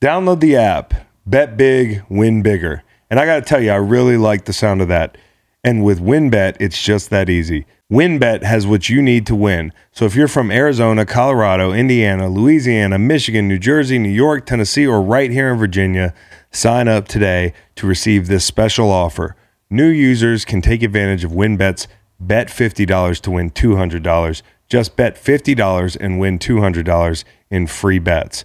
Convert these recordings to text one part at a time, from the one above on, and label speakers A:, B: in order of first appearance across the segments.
A: Download the app, bet big, win bigger. And I got to tell you, I really like the sound of that. And with WinBet, it's just that easy. WinBet has what you need to win. So if you're from Arizona, Colorado, Indiana, Louisiana, Michigan, New Jersey, New York, Tennessee, or right here in Virginia, sign up today to receive this special offer. New users can take advantage of WinBet's bet $50 to win $200. Just bet $50 and win $200 in free bets.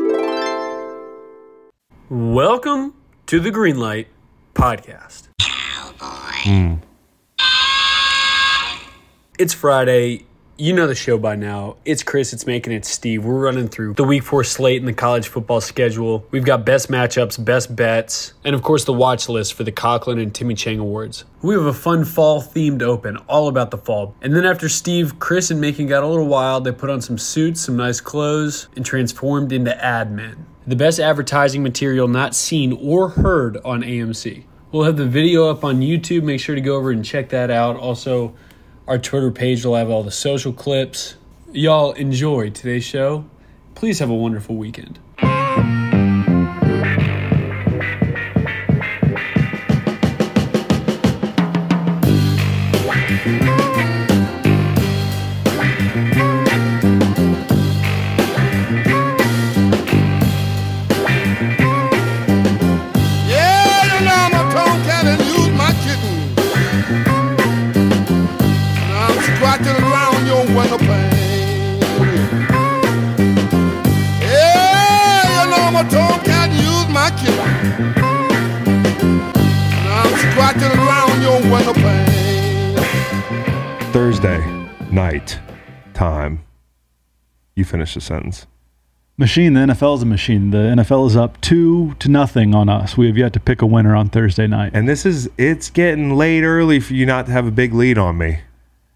B: Welcome to the Greenlight Podcast. It's Friday. You know the show by now. It's Chris, it's Macon, it's Steve. We're running through the week four slate and the college football schedule. We've got best matchups, best bets, and of course the watch list for the Conklin and Timmy Chang Awards. We have a fun fall themed open, all about the fall. And then after Steve, Chris, and Macon got a little wild, they put on some suits, some nice clothes, and transformed into ad men. The best advertising material not seen or heard on AMC. We'll have the video up on YouTube. Make sure to go over and check that out. Also, our Twitter page will have all the social clips. Y'all enjoy today's show. Please have a wonderful weekend.
C: Yeah, you know I'm a tomcat and use my kitten. And I'm scratching around your window pane. Yeah, you know I'm a tomcat and use my kitten. And I'm scratching around your window pane.
A: Thursday night time. You finish the sentence.
D: Machine, the NFL is a machine. The NFL is up two to nothing on us. We have yet to pick a winner on Thursday night.
A: And this is, it's getting late early for you not to have a big lead on me.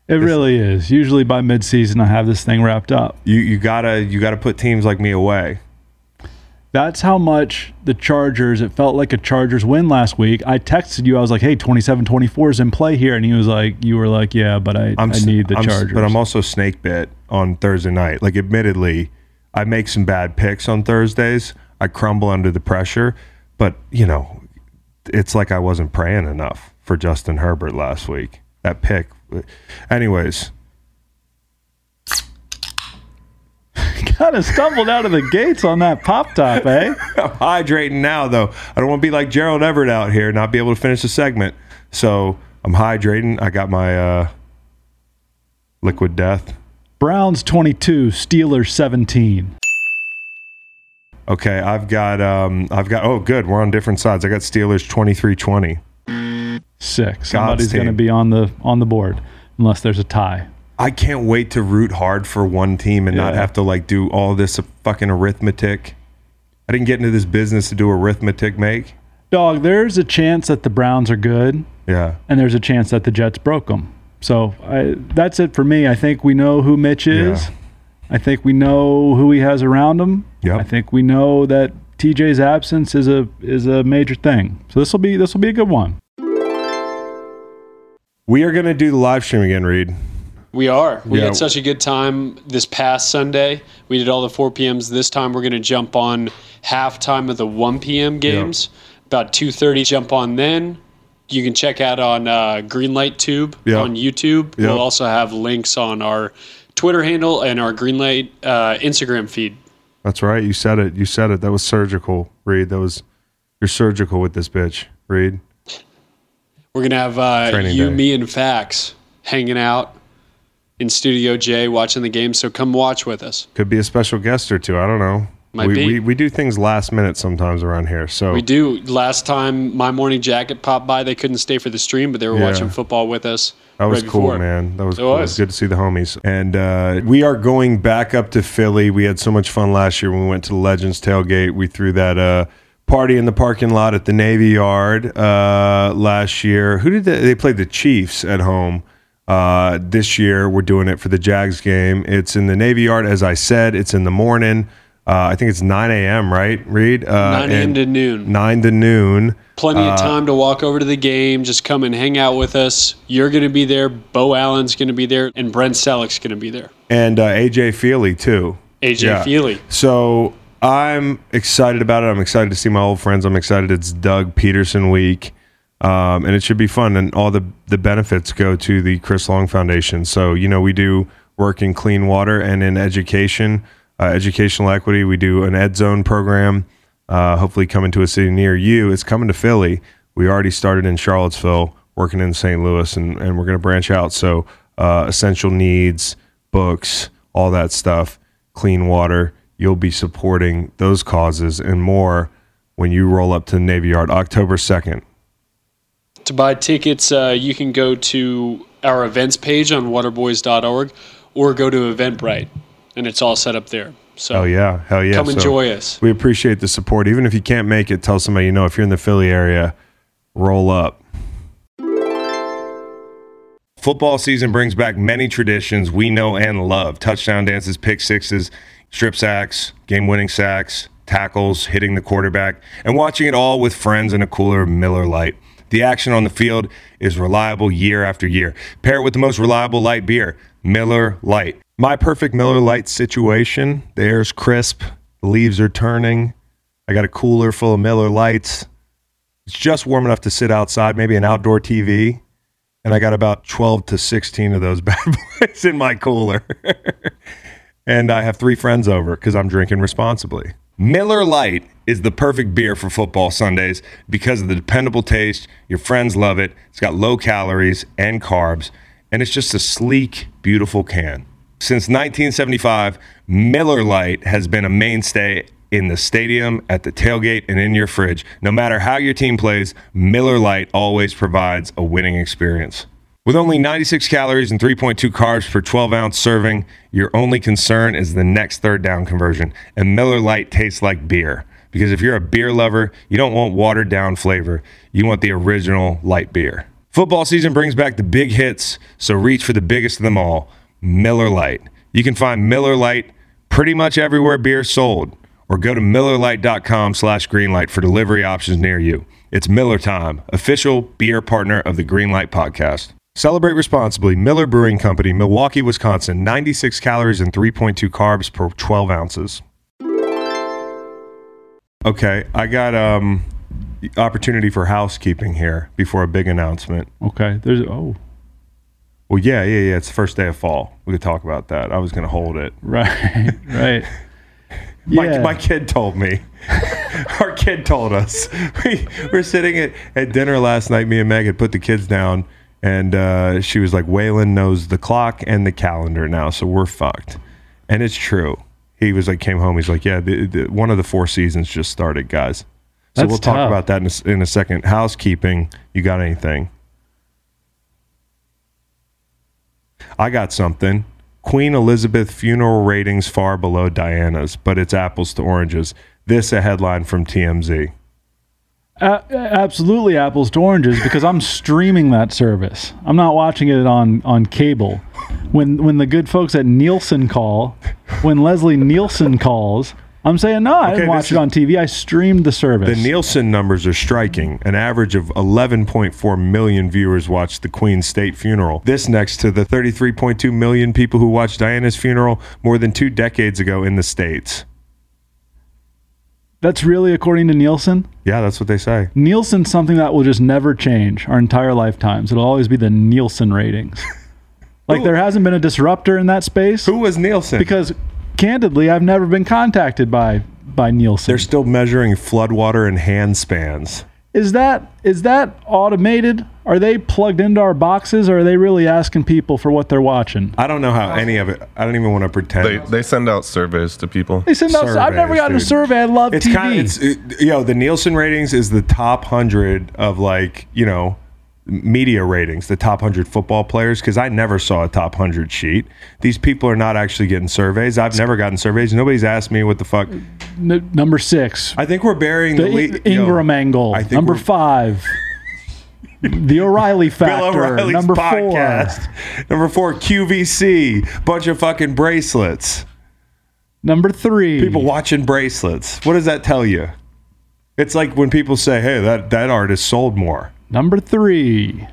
D: It really is. Usually by midseason, I have this thing wrapped up.
A: You, you gotta, you gotta put teams like me away.
D: That's how much the Chargers, it felt like a Chargers win last week. I texted you. I was like, hey, 27 24 is in play here. And he was like, you were like, yeah, but I, I
A: s-
D: need the
A: I'm s-
D: Chargers.
A: But I'm also snake bit on Thursday night. Like, admittedly, I make some bad picks on Thursdays. I crumble under the pressure, but you know, it's like I wasn't praying enough for Justin Herbert last week. That pick, anyways.
D: kind of stumbled out of the gates on that pop top, eh?
A: I'm hydrating now, though. I don't want to be like Gerald Everett out here, not be able to finish the segment. So I'm hydrating. I got my uh, liquid death.
D: Browns 22, Steelers 17.
A: Okay, I've got um I've got oh good, we're on different sides. I got Steelers 23-20.
D: Six. Somebody's going to
A: team.
D: be on the on the board unless there's a tie.
A: I can't wait to root hard for one team and not
D: Yeah.
A: have to like do all this fucking arithmetic. I didn't get into this business to do arithmetic make.
D: Dog, there's a chance that the Browns are good,
A: Yeah.
D: and there's a chance that the Jets broke them. So I, that's it for me. I think we know who Mitch is.
A: Yeah.
D: I think we know who he has around him.
A: Yep.
D: I think we know that TJ's absence is a is a major thing. So this will be this will be a good one.
A: We are going to do the live stream again, Reed.
B: We are. We
A: Yeah.
B: had such a good time this past Sunday. We did all the 4 p.m.s. This time we're going to jump on halftime of the 1 p.m. games. About 2.30 jump on then. You can check out on uh, Greenlight Tube
A: Yeah.
B: on YouTube.
A: Yeah.
B: We'll also have links on our Twitter handle and our Greenlight uh, Instagram feed.
A: That's right. You said it. You said it. That was surgical, Reed. That was you're surgical with this bitch, Reed.
B: We're gonna have uh,
A: Training
B: you,
A: day.
B: me, and Fax hanging out in Studio J watching the game. So come watch with us.
A: Could be a special guest or two. I don't know.
B: Might
A: we,
B: be.
A: we we do things last minute sometimes around here. So
B: We do. Last time my morning jacket popped by, they couldn't stay for the stream, but they were
A: Yeah.
B: watching football with us.
A: That was
B: right
A: cool,
B: before.
A: man. That was
B: It
A: cool. It was
B: was.
A: good to see the homies. And uh, we are going back up to Philly. We had so much fun last year when we went to the Legends tailgate. We threw that uh, party in the parking lot at the Navy Yard uh, last year. Who did they, they played the Chiefs at home? Uh, this year we're doing it for the Jags game. It's in the Navy Yard, as I said. It's in the morning. Uh, I think it's 9 a.m. Right, Reed? Uh,
B: 9 a.m.
A: and uh,
B: to noon.
A: Nine to noon.
B: Plenty of time to walk over to the game. Just come and hang out with us. You're going to be there. Bo Allen's going to be there, and Brent Selleck's going to be there.
A: and uh, AJ Feely too.
B: AJ
A: Yeah.
B: Feely.
A: So I'm excited about it. I'm excited to see my old friends. I'm excited it's Doug Peterson week, um, and it should be fun. And all the the benefits go to the Chris Long Foundation. So you know we do work in clean water and in education, uh, educational equity. We do an Ed Zone program. Uh, hopefully, coming to a city near you. It's coming to Philly. We already started in Charlottesville, working in St. Louis, and, and we're going to branch out. So, uh, essential needs, books, all that stuff, clean water. You'll be supporting those causes and more when you roll up to the Navy Yard October 2nd.
B: To buy tickets, uh, you can go to our events page on waterboys.org or go to Eventbrite, and it's all set up there. So
A: Oh, yeah. Hell yeah.
B: come
A: So
B: enjoy us.
A: We appreciate the support. Even if you can't make it, tell somebody you know. If you're in the Philly area, roll up. Football season brings back many traditions we know and love touchdown dances, pick sixes, strip sacks, game winning sacks, tackles, hitting the quarterback, and watching it all with friends in a cooler of Miller Lite. The action on the field is reliable year after year. Pair it with the most reliable light beer, Miller Lite. My perfect Miller Lite situation the air's crisp, the leaves are turning. I got a cooler full of Miller Lights. It's just warm enough to sit outside, maybe an outdoor TV and I got about 12 to 16 of those bad boys in my cooler. and I have three friends over because I'm drinking responsibly. Miller Lite is the perfect beer for football Sundays because of the dependable taste. Your friends love it. It's got low calories and carbs, and it's just a sleek, beautiful can. Since 1975, Miller Lite has been a mainstay in the stadium, at the tailgate, and in your fridge. No matter how your team plays, Miller Lite always provides a winning experience. With only 96 calories and 3.2 carbs per 12 ounce serving, your only concern is the next third down conversion. And Miller Lite tastes like beer. Because if you're a beer lover, you don't want watered down flavor, you want the original light beer. Football season brings back the big hits, so reach for the biggest of them all Miller Lite. You can find Miller Lite pretty much everywhere beer is sold or go to millerlite.com slash greenlight for delivery options near you it's miller time official beer partner of the greenlight podcast celebrate responsibly miller brewing company milwaukee wisconsin 96 calories and 3.2 carbs per 12 ounces okay i got um opportunity for housekeeping here before a big announcement
D: Okay. There's oh
A: well yeah yeah yeah it's the first day of fall we could talk about that i was gonna hold it
D: right right.
A: My, my kid told me. Our kid told us. We were sitting at, at dinner last night. Me and Meg had put the kids down, and uh, she was like, Waylon knows the clock and the calendar now, so we're fucked. And it's true. He was like, came home. He's like, yeah, the, the, one of the four seasons just started, guys. So
D: That's
A: we'll talk
D: tough.
A: about that in a, s- in a second. Housekeeping, you got anything? I got something. Queen Elizabeth funeral ratings far below Diana's, but it's apples to oranges. This a headline from TMZ.
D: A- Uh, absolutely apples to oranges because I'm streaming that service. I'm not watching it on on cable. When when the good folks at Nielsen call, when Leslie Nielsen calls, I'm saying no, I
A: Okay,
D: didn't watch
A: this
D: it on TV. I streamed the service.
A: The Nielsen numbers are striking. An average of 11.4 million viewers watched the Queen's state funeral. This next to the 33.2 million people who watched Diana's funeral more than two decades ago in the States.
D: That's really according to Nielsen.
A: Yeah, that's what they say.
D: Nielsen's something that will just never change our entire lifetimes. It'll always be the Nielsen ratings. like there hasn't been a disruptor in that space
A: Who was Nielsen?
D: because candidly, I've never been contacted by by Nielsen.
A: they're still measuring floodwater and hand spans.
D: Is that is that automated? Are they plugged into our boxes? Or are they really asking people for what they're watching?
A: I don't know how any of it. I don't even want to pretend.
E: They, they send out surveys to people.
D: They send out. I've never
A: Surveys,
D: gotten
A: dude.
D: a survey. I love
A: it's
D: TV.
A: kind of it's it, you know the Nielsen ratings is the top hundred of like you know media ratings, the top 100 football players, because I never saw a top 100 sheet. These people are not actually getting surveys. I've never gotten surveys. Nobody's asked me what the fuck.
D: N- number six,
A: I think we're burying the,
D: the
A: lead.
D: In- Ingram
A: yo,
D: angle.
A: I think
D: Number
A: we're-
D: five, the O'Reilly
A: Bill
D: factor.
A: O'Reilly's
D: Number four.
A: podcast. Number four, QVC. Bunch of fucking bracelets.
D: Number three.
A: People watching bracelets. What does that tell you? It's like when people say, "Hey, that that artist sold more."
D: Number three.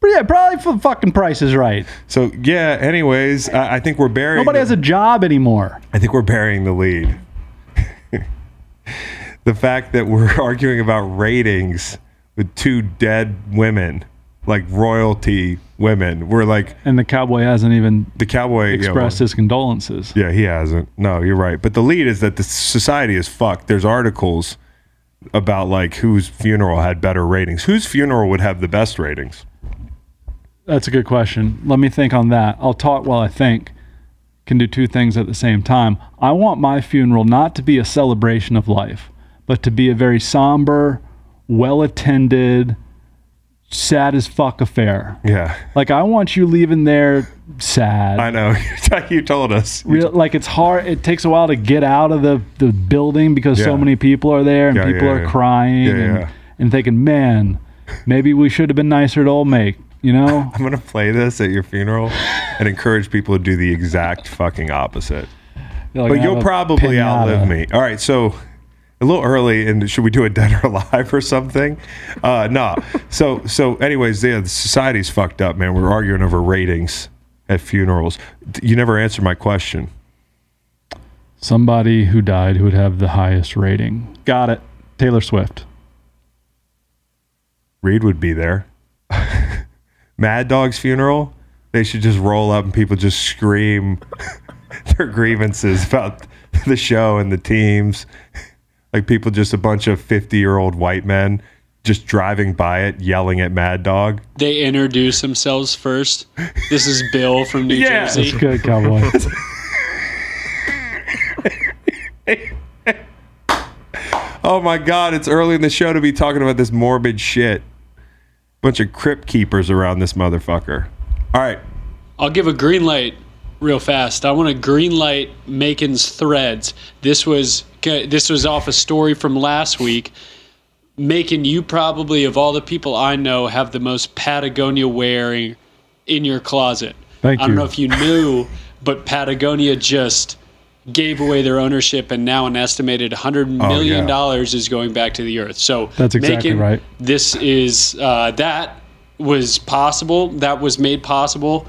D: But yeah, probably for fucking Price is Right.
A: So yeah. Anyways, I, I think we're burying.
D: Nobody
A: the-
D: has a job anymore.
A: I think we're burying the lead. the fact that we're arguing about ratings with two dead women, like royalty women, we're like
D: And the cowboy hasn't even
A: the cowboy you know,
D: expressed his condolences.
A: Yeah, he hasn't. No, you're right. But the lead is that the society is fucked. There's articles about like whose funeral had better ratings. Whose funeral would have the best ratings?
D: That's a good question. Let me think on that. I'll talk while I think. Can do two things at the same time. I want my funeral not to be a celebration of life, but to be a very somber, well attended, sad as fuck affair.
A: Yeah,
D: Like, I want you leaving there sad.
A: I know. you told us.
D: real like it's hard it takes a while to get out of the, the building because
A: Yeah.
D: so many people are there and
A: Yeah,
D: people
A: yeah,
D: are
A: yeah.
D: crying
A: Yeah,
D: and,
A: yeah.
D: and thinking man maybe we should have been nicer to old mate you know
A: I'm gonna play this at your funeral and encourage people to do the exact fucking opposite.
D: Like,
A: But
D: I have
A: you'll
D: a
A: probably
D: pinata.
A: outlive me. All right, so a little early, and should we do a dead or alive or something? Uh, no. so so, anyways, yeah, the society's fucked up, man. We're arguing over ratings at funerals. D- You never answered my question.
D: somebody who died who would have the highest rating got it taylor swift
A: Reed would be there. Mad Dog's funeral. They should just roll up and people just scream their grievances about the show and the teams. Like people, just a bunch of fifty-year-old white men just driving by it, yelling at Mad Dog.
B: They introduce themselves first. This is Bill from New
A: Yeah.
D: that's
B: Jersey.
D: good cowboy
A: Oh my God, it's early in the show to be talking about this morbid shit. Bunch of crypt keepers around this motherfucker. All right.
B: I'll give a green light real fast. I want to green light Macon's threads. This was this was off a story from last week. Macon, you probably of all the people I know have the most Patagonia wearing in your closet.
D: Thank
B: I don't
D: you.
B: know if you knew, but Patagonia just gave away their ownership and now an estimated 100 million
A: Oh, yeah.
B: dollars is going back to the earth. So
D: That's exactly
B: Macon,
D: right.
B: This is uh, that was possible. That was made possible.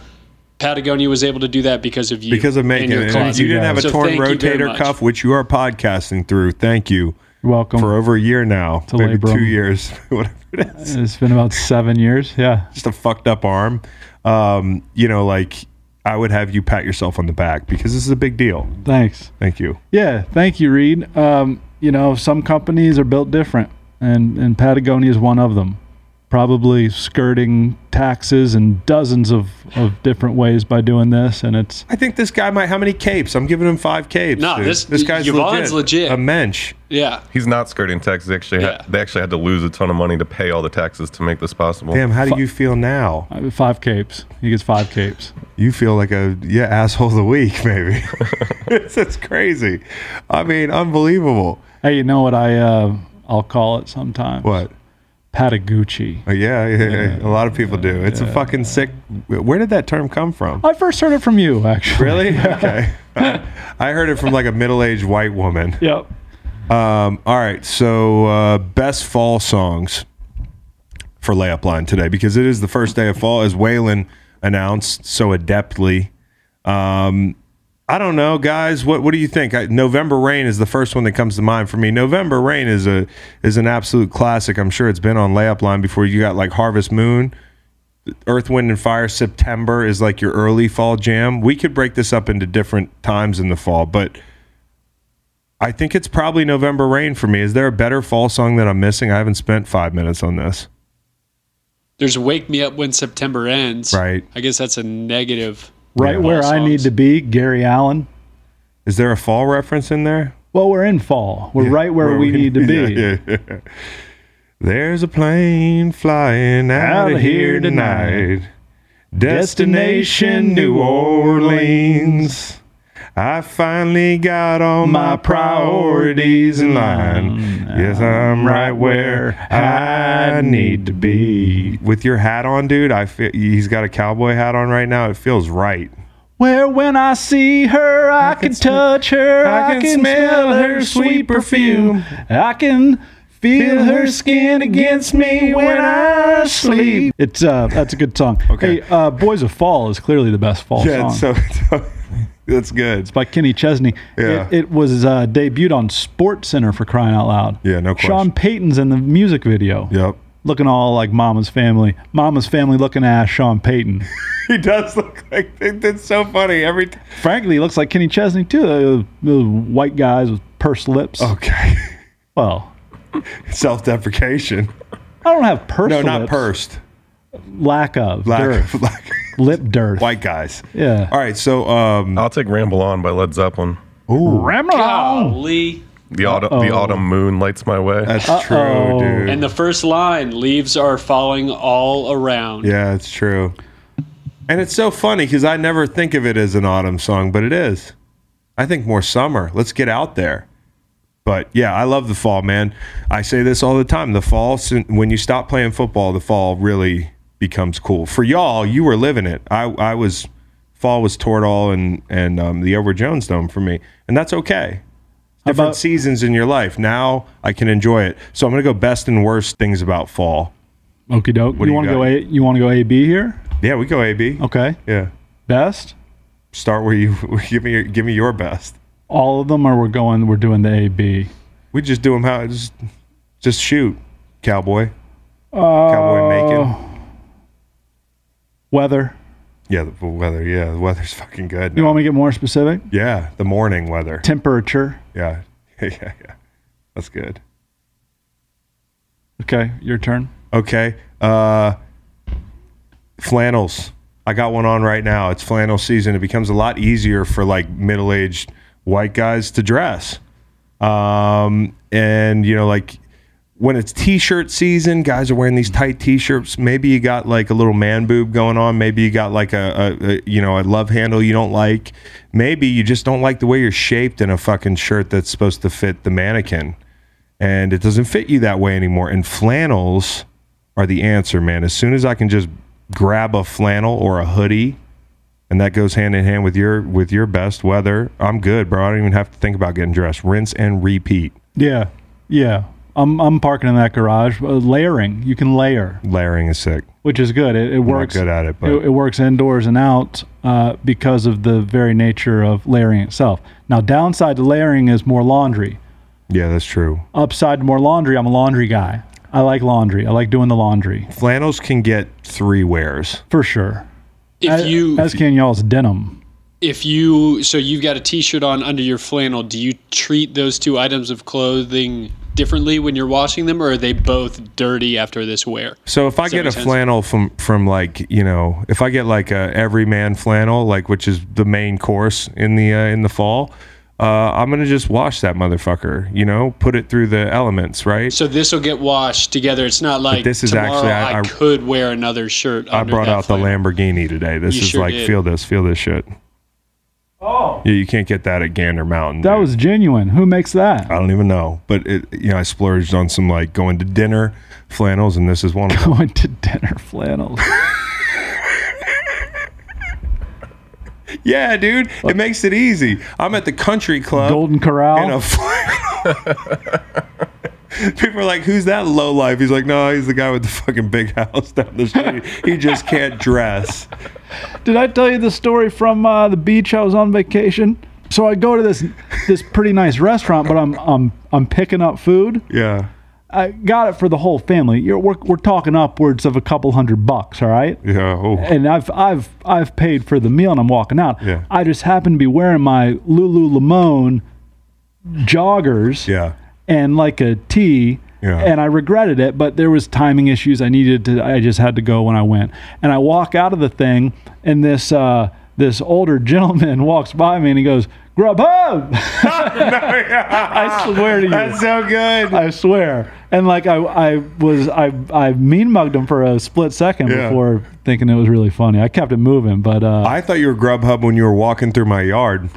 B: Patagonia was able to do that because of you.
A: Because of Macon,
B: and your
A: and
B: closet.
A: you didn't have a
B: So
A: torn
B: thank you very
A: rotator
B: much.
A: cuff, which you are podcasting through. Thank you.
D: you're welcome
A: for over a year now, maybe
D: Oh. labrum.
A: two years, whatever it is.
D: it's been about seven years yeah
A: Just a fucked up arm. Um, you know, like I would have you pat yourself on the back because this is a big deal.
D: thanks
A: Thank you.
D: Yeah, thank you, Reed. Um, you know, some companies are built different, and, and Patagonia is one of them. Probably skirting taxes in dozens of, of different ways by doing this, and it's
A: I think this guy might. How many capes? I'm giving him five capes.
B: No,
A: dude.
B: this-
A: this guy's
B: Yvonne's legit.
A: A mensch.
B: Yeah.
E: He's not skirting taxes. They actually,
B: Yeah.
E: had, they actually had to lose a ton of money to pay all the taxes to make this possible.
A: Damn, how do you feel now?
D: uh, five capes. He gets five capes.
A: You feel like a yeah asshole of the week, maybe. It's it's crazy. I mean, unbelievable.
D: Hey, you know what I uh, I'll call it sometime?
A: What?
D: Patagucci.
A: Oh, Yeah, yeah, yeah. a lot of people do. It's a fucking sick. Where did that term come from?
D: I first heard it from you, actually.
A: Really? Okay. I heard it from like a middle-aged white woman.
D: Yep.
A: Um, all right. So uh, best fall songs for layup line today because it is the first day of fall, as Waylon announced so adeptly. Um, I don't know, guys. What what do you think? I, November Rain is the first one that comes to mind for me. November Rain is a is an absolute classic. I'm sure it's been on layup line before. You got like Harvest Moon. Earth, Wind, and Fire September is like your early fall jam. We could break this up into different times in the fall, but I think it's probably November Rain for me. Is there a better fall song that I'm missing? I haven't spent five minutes on this.
B: There's Wake Me Up When September Ends.
A: Right.
B: I guess that's a negative.
D: Right
A: Yeah.
D: where I need to be, Gary Allen.
A: Is there a fall reference in there?
D: Well, we're in fall. We're right where, we, need to be.
A: Yeah, yeah, yeah. There's a plane flying out of here tonight. Destination New Orleans. I finally got all my priorities in line. Yes, I'm right where I need to be. With your hat on, dude, I feel he's got a cowboy hat on right now. It feels right.
D: Where when I see her, I, can, touch her, I, can, smell her sweet perfume, I can feel her skin against me when I sleep. It's uh, that's a good song.
A: Okay.
D: Hey, uh, Boys of Fall is clearly the best fall
A: Yeah,
D: song.
A: it's so, so that's good.
D: by Kenny Chesney.
A: Yeah.
D: It, it was uh, debuted on Sports Center for crying out loud.
A: Yeah, no
D: Sean
A: question.
D: Payton's in the music video.
A: Yep.
D: Looking all like Mama's family. Mama's family looking ass Sean Payton.
A: He does look like that's so funny every time.
D: Frankly, he looks like Kenny Chesney too. Uh, those white guys with pursed lips.
A: Okay.
D: Well,
A: Self deprecation.
D: I don't have pursed
A: No,
D: lips.
A: not pursed.
D: Lack of.
A: Black,
D: Dearth.
A: black
D: Lip dirt.
A: white guys.
D: Yeah.
A: All right, so um
E: I'll take Ramble On by Led Zeppelin.
D: Ramble on.
B: Golly.
E: The autumn, the autumn moon lights my way.
A: that's
D: Uh-oh.
A: true, dude.
B: And the first line leaves are falling all around.
A: yeah, it's true. And it's so funny because I never think of it as an autumn song, but it is. I think more summer. Let's get out there. But yeah, I love the fall, man. I say this all the time. The fall, sin- when you stop playing football, the fall really becomes cool. For y'all, you were living it. I, I was, fall was Tortall and, and um, the Edward Jones Dome for me. And that's okay. Different
D: about-
A: seasons in your life. Now I can enjoy it. So I'm going to go best and worst things about fall.
D: Okie doke.
A: do
D: You
A: you
D: want to
A: got?
D: go A? You want to go A B here?
A: Yeah, we go AB.
D: Okay.
A: Yeah.
D: Best.
A: Start where you give me your, give me your best.
D: All of them, or we're going. We're doing the A B.
A: We just do them how just just shoot, cowboy. cowboy Macon.
D: Oh. Weather.
A: Yeah, the weather. Yeah, the weather's fucking good.
D: You want me to get more specific?
A: yeah, the morning weather.
D: Temperature.
A: Yeah, yeah, yeah. That's good.
D: Okay, your turn.
A: Okay. Uh, flannels. I got one on right now. It's flannel season. It becomes a lot easier for like middle aged white guys to dress. Um, and, you know, like when it's t shirt season, guys are wearing these tight t shirts. Maybe you got like a little man boob going on. Maybe you got like a, a, a, you know, a love handle you don't like. Maybe you just don't like the way you're shaped in a fucking shirt that's supposed to fit the mannequin and it doesn't fit you that way anymore. And flannels are the answer, man. As soon as I can just grab a flannel or a hoodie, and that goes hand in hand with your with your best weather, I'm good, bro. I don't even have to think about getting dressed. Rinse and repeat,
D: Yeah, yeah. I'm I'm parking in that garage. Uh, layering. You can layer,
A: layering is sick.
D: which is good. It, it
A: not
D: works.
A: good at it, but-
D: it, works indoors and out uh, because of the very nature of layering itself. Now, downside to layering is more laundry.
A: Yeah, that's true.
D: Upside to more laundry. I'm a laundry guy. I like laundry. I like doing the laundry
A: Flannels can get three wears.
D: for sure.
B: If
D: As-
B: you
D: as can y'all's denim.
B: if you so you've got a t-shirt on under your flannel, do you treat those two items of clothing differently when you're washing them or are they both dirty after this wear?
A: So if I
B: that
A: get a
B: make sense?
A: flannel from from like you know if I get like a everyman flannel like which is the main course in the uh, in the fall, uh, I'm gonna just wash that motherfucker. You know, put it through the elements, right?
B: So this will get washed together. It's not like
A: this is
B: tomorrow
A: actually- I-
B: I,
A: I-
B: could wear another shirt.
A: I brought out the Lamborghini today. This
B: You
A: is
B: sure
A: like
B: did.
A: feel this, feel this shit. Oh, yeah, you can't get that at Gander Mountain.
D: That
A: dude.
D: was genuine. Who makes that?
A: I don't even know, but it, you know I splurged on some like going to dinner flannels, and this is one of them.
D: Going to dinner flannels.
A: yeah, dude, it makes it easy. I'm at the country club.
D: Golden
A: in a
D: Corral.
A: fl- People are like, "Who's that low life?" He's like, "No, he's the guy with the fucking big house down the street. He just can't dress."
D: Did I tell you the story from uh, the beach? I was on vacation. So I go to this this pretty nice restaurant, but I'm I'm I'm picking up food.
A: Yeah,
D: I got it for the whole family. You're, we're we're talking upwards of a couple hundred bucks. All right.
A: yeah. Oh,
D: And I've I've I've paid for the meal and I'm walking out.
A: Yeah.
D: I just happen to be wearing my Lululemon joggers.
A: yeah.
D: and like a T.
A: Yeah.
D: And I regretted it, but there was timing issues. I needed to. I just had to go when I went. And I walk out of the thing, and this uh, this older gentleman walks by me, and he goes, Grubhub. I swear to you.
A: That's so good.
D: I swear. And like I, I was I I mean mugged him for a split second
A: Yeah.
D: before thinking it was really funny. I kept it moving, but uh,
A: I thought you were Grubhub when you were walking through my yard.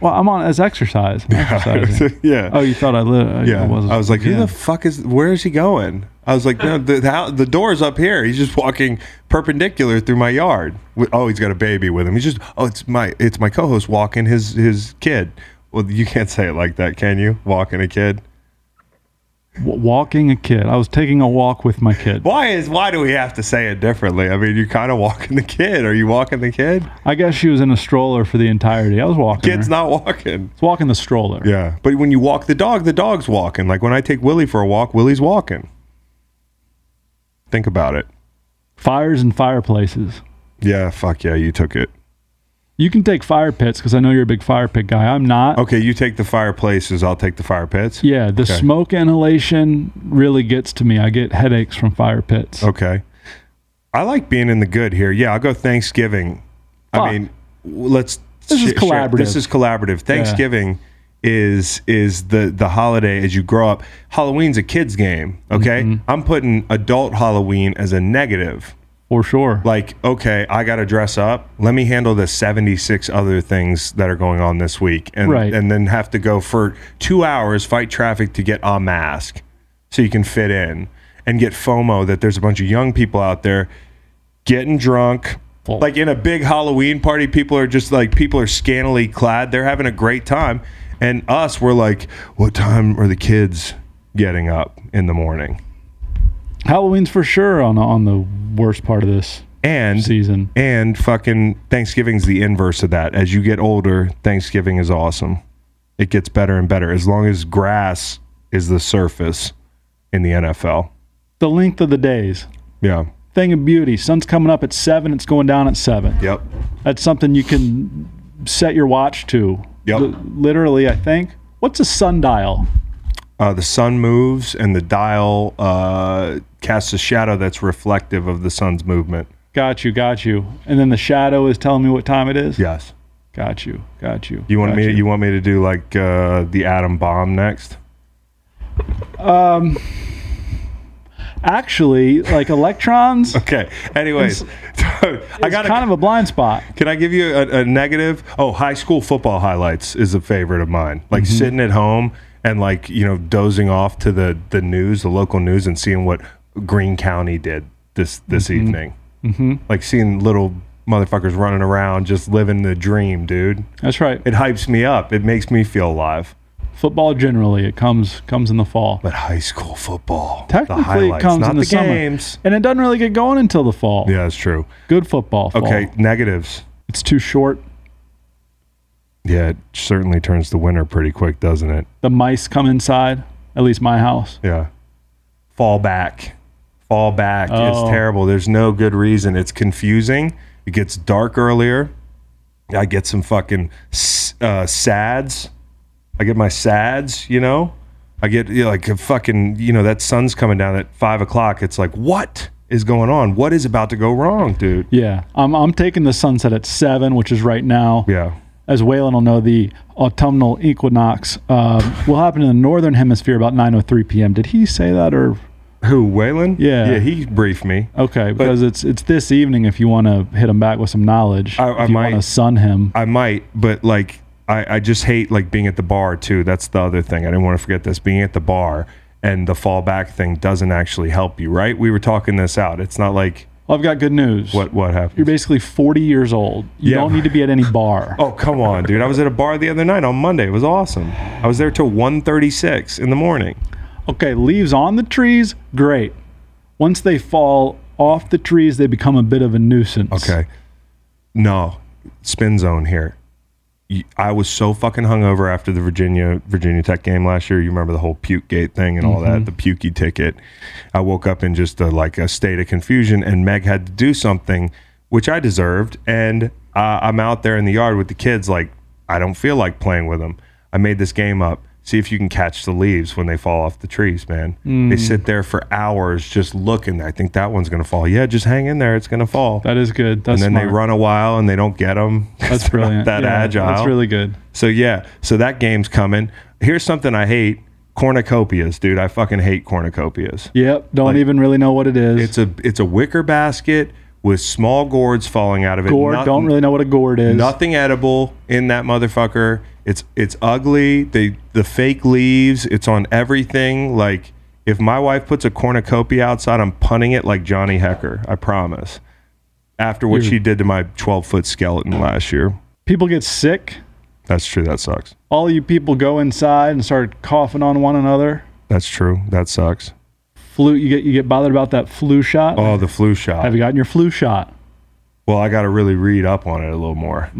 D: well, I'm on as exercise. exercising.
A: yeah.
D: Oh, you thought I li-
A: yeah.
D: wasn't-
A: I was like, who
D: yeah.
A: the fuck is, where is he going? I was like, no, the, the, hou- the door's up here. He's just walking perpendicular through my yard. Wi- Oh, he's got a baby with him. He's just, oh, it's my, it's my co-host walking his, his kid. Well, you can't say it like that, can you? Walking a kid.
D: W- walking a kid. I was taking a walk with my kid.
A: Why is, why do we have to say it differently? I mean, you're kind of walking the kid. Are you walking the kid?
D: I guess she was in a stroller for the entirety. I was walking.
A: Kid's
D: her.
A: not walking.
D: I was walking the stroller.
A: Yeah. But when you walk the dog, the dog's walking. Like when I take Willie for a walk, Willie's walking. Think about it.
D: Fires and fireplaces.
A: Yeah, fuck yeah, you took it.
D: You can take fire pits because I know you're a big fire pit guy. I'm not.
A: Okay, you take the fireplaces, I'll take the fire pits.
D: Yeah, the smoke inhalation really gets to me. I get headaches from fire pits.
A: Okay. I like being in the good here. Yeah, I'll go Thanksgiving. I
D: Fuck.
A: mean, w- let's
D: This is
A: share-
D: collaborative.
A: This is collaborative. Thanksgiving is is the the holiday as you grow up. Halloween's a kids game, okay?
D: Mm-hmm.
A: I'm putting adult Halloween as a negative.
D: For sure.
A: like, okay, I got to dress up. Let me handle the 76 other things that are going on this week. And,
D: Right.
A: and then have to go for two hours, fight traffic to get a mask so you can fit in and get FOMO that there's a bunch of young people out there getting drunk.
D: Full.
A: Like in a big Halloween party, people are just like, people are scantily clad. They're having a great time. And us, we're like, what time are the kids getting up in the morning?
D: Halloween's for sure on on the worst part of this
A: And
D: season.
A: And fucking Thanksgiving's the inverse of that. As you get older, Thanksgiving is awesome. It gets better and better as long as grass is the surface in the NFL.
D: The length of the days.
A: Yeah.
D: Thing of beauty. Sun's coming up at seven. It's going down at seven.
A: Yep.
D: That's something you can set your watch to.
A: Yep.
D: L- literally, I think. What's a sundial?
A: Uh, the sun moves and the dial uh, casts a shadow that's reflective of the sun's movement.
D: Got you, got you. And then the shadow is telling me what time it is.
A: Yes.
D: Got you, got you.
A: You want
D: got
A: me? You. want me to do like uh, the atom bomb next?
D: actually like electrons?
A: Okay. Anyways, I
D: I
A: got
D: got
A: to
D: kind of a blind spot.
A: Can I give you a, a negative? Oh, high school football highlights is a favorite of mine.
D: Mm-hmm.
A: Like sitting at home and like you know dozing off to the the news, the local news, and seeing what Greene County did this this evening. Mm-hmm. Like seeing little motherfuckers running around, just living the dream, dude.
D: That's right.
A: It hypes me up. It makes me feel alive.
D: Football generally it comes comes in the fall.
A: But high school football, the
D: Technically, it
A: highlights,
D: comes
A: not
D: in the,
A: the,
D: summer,
A: games.
D: and it doesn't really get going until the fall.
A: Yeah, it's true.
D: Good football. Fall.
A: Okay, negatives.
D: it's too short.
A: Yeah, it certainly turns to winter pretty quick, doesn't it?
D: The mice come inside. At least my house.
A: Yeah. Fall back. Fall back.
D: Oh.
A: It's terrible. There's no good reason. It's confusing. It gets dark earlier. I get some fucking s- uh, sads. I get my sads, you know? I get you know, like a fucking, you know, that sun's coming down at five o'clock. It's like, what is going on? What is about to go wrong, dude?
D: Yeah, I'm I'm taking the sunset at seven, which is right now.
A: Yeah.
D: As Waylon will know, the autumnal equinox uh, will happen in the northern hemisphere about 9:03 p.m. Did he say that or?
A: Who, Waylon?
D: Yeah.
A: Yeah, he briefed me.
D: Okay, because it's it's this evening. If you want to hit him back with some knowledge,
A: I- I
D: if you
A: might.
D: want to sun him,
A: I might, but like I, I just hate like being at the bar too. That's the other thing. I didn't want to forget this. Being at the bar and the fallback thing doesn't actually help you, right? We were talking this out. It's not like
D: I've got good news.
A: what what happened.
D: You're basically 40 years old. You
A: Yeah.
D: don't need to be at any bar.
A: Oh come on, dude! I was at a bar the other night on Monday. It was awesome. I was there till 1.36 in the morning.
D: Oh, Okay, leaves on the trees, great. Once they fall off the trees, they become a bit of a nuisance.
A: Okay. No, spin zone here. Y- I was so fucking hungover after the Virginia Virginia Tech game last year. You remember the whole puke gate thing and all that, the pukey ticket. I woke up in just a, like a state of confusion, and Meg had to do something which I deserved, and uh, I'm out there in the yard with the kids. Like I don't feel like playing with them. I made this game up. See if you can catch the leaves when they fall off the trees, man. They sit there for hours just looking. I think that one's gonna fall. Yeah, just hang in there. It's gonna fall.
D: That is good. That's
A: and then they
D: smart.
A: run a while and they don't get them.
D: That's brilliant.
A: that
D: Yeah,
A: agile.
D: That's really good.
A: So yeah, so that game's coming. Here's something I hate: cornucopias, dude. I fucking hate cornucopias.
D: Yep. Don't even really know what it is.
A: It's a it's a wicker basket with small gourds falling out of it.
D: gourd.
A: Not-
D: don't really know what a gourd is.
A: nothing edible in that motherfucker. It's it's ugly. They the fake leaves. It's on everything. Like if my wife puts a cornucopia outside, I'm punting it like Johnny Hecker. I promise. After what she did to my 12 foot skeleton last year.
D: People get sick.
A: That's true. That sucks.
D: All you people go inside and start coughing on one another.
A: That's true. That sucks.
D: Flu. You get you get bothered about that flu shot.
A: Oh, the flu shot.
D: Have you gotten your flu shot?
A: well, I got to really read up on it a little more.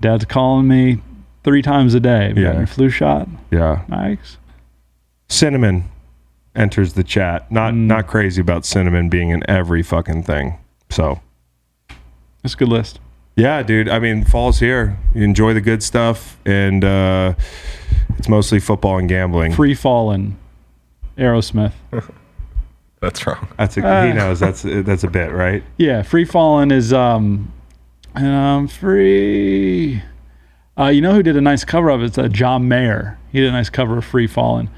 D: Dad's calling me three times a day. Have you gotten
A: Yeah.
D: your flu shot.
A: Yeah.
D: Nice.
A: Cinnamon enters the chat. Not
D: Mm.
A: not crazy about cinnamon being in every fucking thing. So
D: That's a good list.
A: Yeah, dude. I mean, fall's here. You enjoy the good stuff, and uh, it's mostly football and gambling.
D: Free fallen. Aerosmith.
E: That's wrong.
A: That's a, he knows that's that's a bit, right?
D: Yeah, free fallen is um, um free. Uh, you know who did a nice cover of it? It's uh, John Mayer. He did a nice cover of Free Fallen.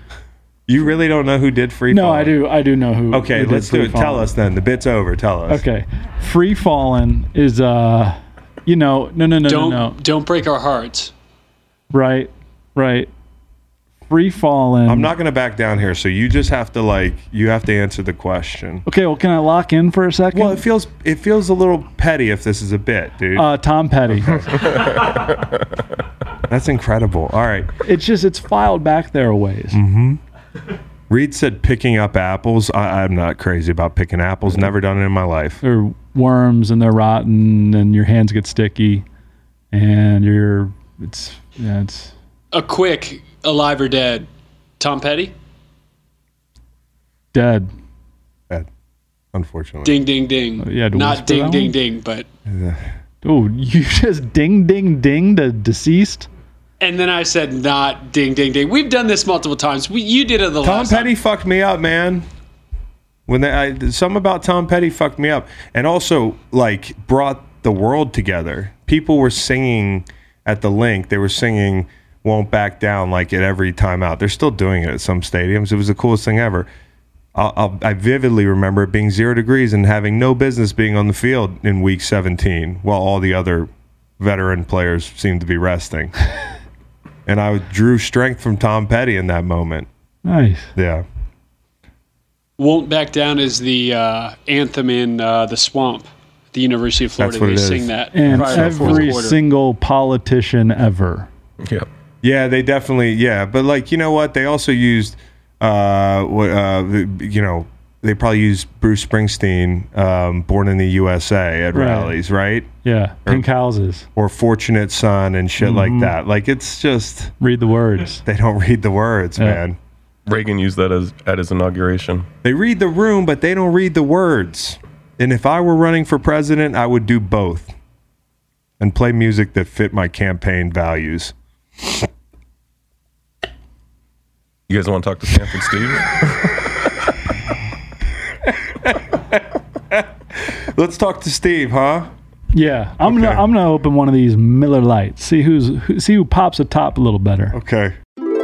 A: You really don't know who did free.
D: No,
A: fall?
D: I do. I do know who.
A: Okay,
D: who did
A: let's do
D: Free
A: it. Tell
D: Fallin'.
A: us then. The bit's over. Tell us.
D: Okay, Free Fallen is uh, you know, no, no, no,
B: Don't
D: no, no.
B: don't break our hearts.
D: Right, right. Free Fallen.
A: I'm not gonna back down here. So you just have to like you have to answer the question.
D: Okay, well, can I lock in for a second?
A: Well, it feels it feels a little petty if this is a bit, dude.
D: uh, Tom Petty.
A: that's incredible. All right.
D: it's just it's filed back there a ways.
A: Mm-hmm. Reed said picking up apples. I, I'm not crazy about picking apples. Never done it in my life.
D: They're worms and they're rotten and your hands get sticky, and you're it's yeah it's
B: A quick alive or dead. Tom Petty.
D: dead.
A: Bad. Unfortunately.
B: Ding ding
A: Oh,
B: ding.
D: yeah, do we
B: Not
D: whisper that
B: ding ding
D: one?
B: ding, but
D: Oh, you just ding ding ding to deceased.
B: and then I said not ding ding ding. We've done this multiple times. We, you did it the
A: Tom
B: last
A: Petty
B: time.
A: fucked me up, man. When they, I, some about Tom Petty fucked me up, and also like brought the world together. People were singing at the link. They were singing "Won't Back Down" like at every time out. They're still doing it at some stadiums. It was the coolest thing ever. I'll, I'll, I vividly remember it being zero degrees and having no business being on the field in week 17, while all the other veteran players seemed to be resting. and I drew strength from Tom Petty in that moment.
D: Nice.
A: Yeah.
B: Won't back down is the uh, anthem in uh, the swamp. at The University of Florida.
A: That's what
B: they
A: it is.
B: sing that
D: And
B: prior to the fourth
D: every
B: quarter.
D: single politician ever.
E: Yep.
A: Yeah, they definitely. Yeah, but like you know what? They also used uh, what uh, the- you know they probably used Bruce Springsteen, um, "Born in the USA" at
D: Right.
A: rallies, right?
D: Yeah. Pink houses.
A: Or "Fortunate Son" and shit like that. Like it's just
D: Read the words.
A: they don't read the words, man.
E: Reagan used that as at his inauguration.
A: They read the room, but they don't read the words. And if I were running for president, I would do both and play music that fit my campaign values.
E: You guys want to talk to Stanford Steve?
A: Let's talk to Steve, huh?
D: Yeah. I'm gonna I'm gonna open one of these Miller Lights. See who's who, see who pops the top a little better.
A: Okay. You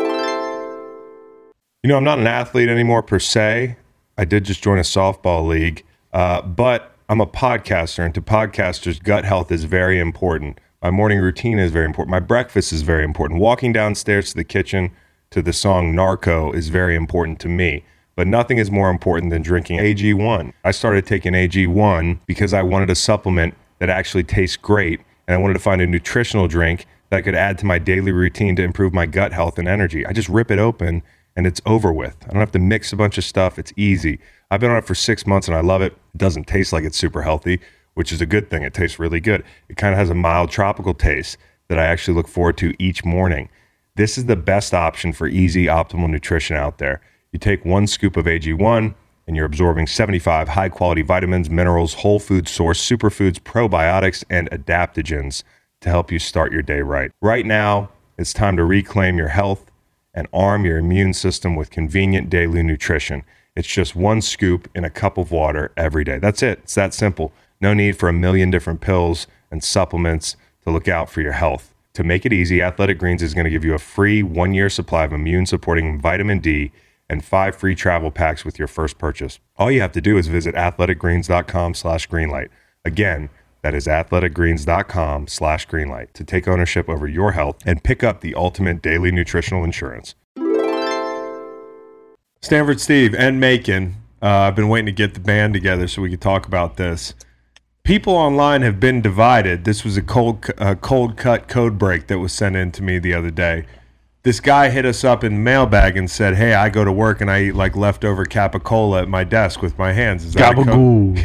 A: know, I'm not an athlete anymore per se. I did just join a softball league, uh, but I'm a podcaster, and to podcasters, gut health is very important. My morning routine is very important. My breakfast is very important. Walking downstairs to the kitchen to the song Narco is very important to me. But nothing is more important than drinking AG1. I started taking AG1 because I wanted a supplement that actually tastes great, and I wanted to find a nutritional drink that I could add to my daily routine to improve my gut health and energy. I just rip it open and it's over with. I don't have to mix a bunch of stuff. It's easy. I've been on it for six months and I love it. It doesn't taste like it's super healthy, which is a good thing. It tastes really good. It kind of has a mild tropical taste that I actually look forward to each morning. This is the best option for easy, optimal nutrition out there. You take one scoop of AG1 and you're absorbing 75 high quality vitamins, minerals, whole food source, superfoods, probiotics, and adaptogens to help you start your day right. Right now, It's time to reclaim your health and arm your immune system with convenient daily nutrition. It's just one scoop in a cup of water every day. That's it. It's that simple. No need for a million different pills and supplements to look out for your health. To make it easy, Athletic Greens is going to give you a free one year supply of immune supporting vitamin D and five free travel packs with your first purchase. All you have to do is visit athleticgreens.com slash greenlight. Again, that is athleticgreens.com slash greenlight to take ownership over your health and pick up the ultimate daily nutritional insurance. Stanford Steve and Macon, uh, I've been waiting to get the band together so we could talk about this. People online have been divided. This was a cold, c- a cold cut code break that was sent in to me the other day. This guy hit us up in the mailbag and said, "Hey, I go to work and I eat like leftover capicola at my desk with my hands. Is that, a code,
D: Gabagool.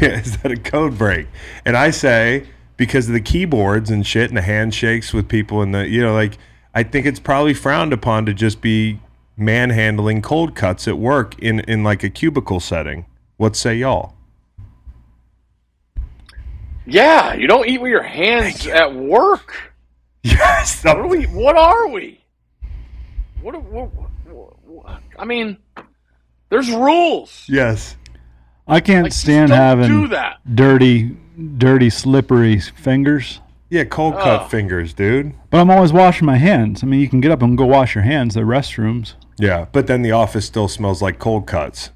A: yeah, is that a code break?" And I say, because of the keyboards and shit and the handshakes with people and the you know, like I think it's probably frowned upon to just be manhandling cold cuts at work in in like a cubicle setting. What say y'all?
F: Yeah, you don't eat with your hands at work.
A: Yes.
F: What are we? What are we? What? are- what, what, what I mean, there's rules.
A: Yes.
D: I can't
F: Like, just
D: stand
F: don't
D: having
F: do that.
D: dirty, dirty, slippery fingers.
A: Yeah, cold cut fingers, dude.
D: But I'm always washing my hands. I mean, you can get up and go wash your hands. The restrooms.
A: Yeah, but then the office still smells like cold cuts.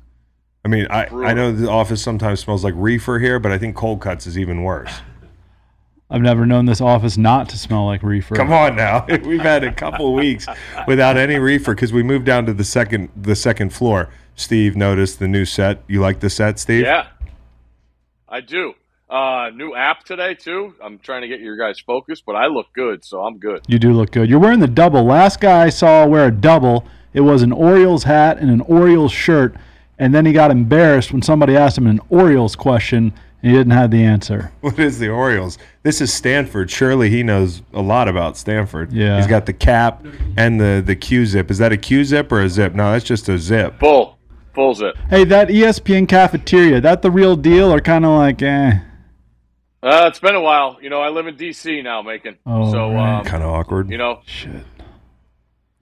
A: I mean, I, I know the office sometimes smells like reefer here, but I think cold cuts is even worse.
D: I've never known this office not to smell like reefer.
A: Come on now, we've had a couple weeks without any reefer because we moved down to the second the second floor. Steve noticed the new set. You like the set, Steve?
F: Yeah, I do. Uh, new app today too. I'm trying to get your guys focused, but I look good, so I'm good.
D: You do look good. You're wearing the double. Last guy I saw wear a double. It was an Orioles hat and an Orioles shirt, and then he got embarrassed when somebody asked him an Orioles question and he didn't have the answer.
A: What is the Orioles? This is Stanford. Surely he knows a lot about Stanford.
D: Yeah.
A: He's got the cap and the the Q zip. Is that a Q zip or a zip? No, that's just a zip.
F: Bull, bull's it.
D: Hey, that E ESPN cafeteria, that the real deal, or kind of like, eh?
F: Uh, it's been a while. You know, I live in D.C. now, Macon.
D: Oh,
F: so
D: right.
F: um,
A: Kind of awkward.
F: you know,
D: Shit.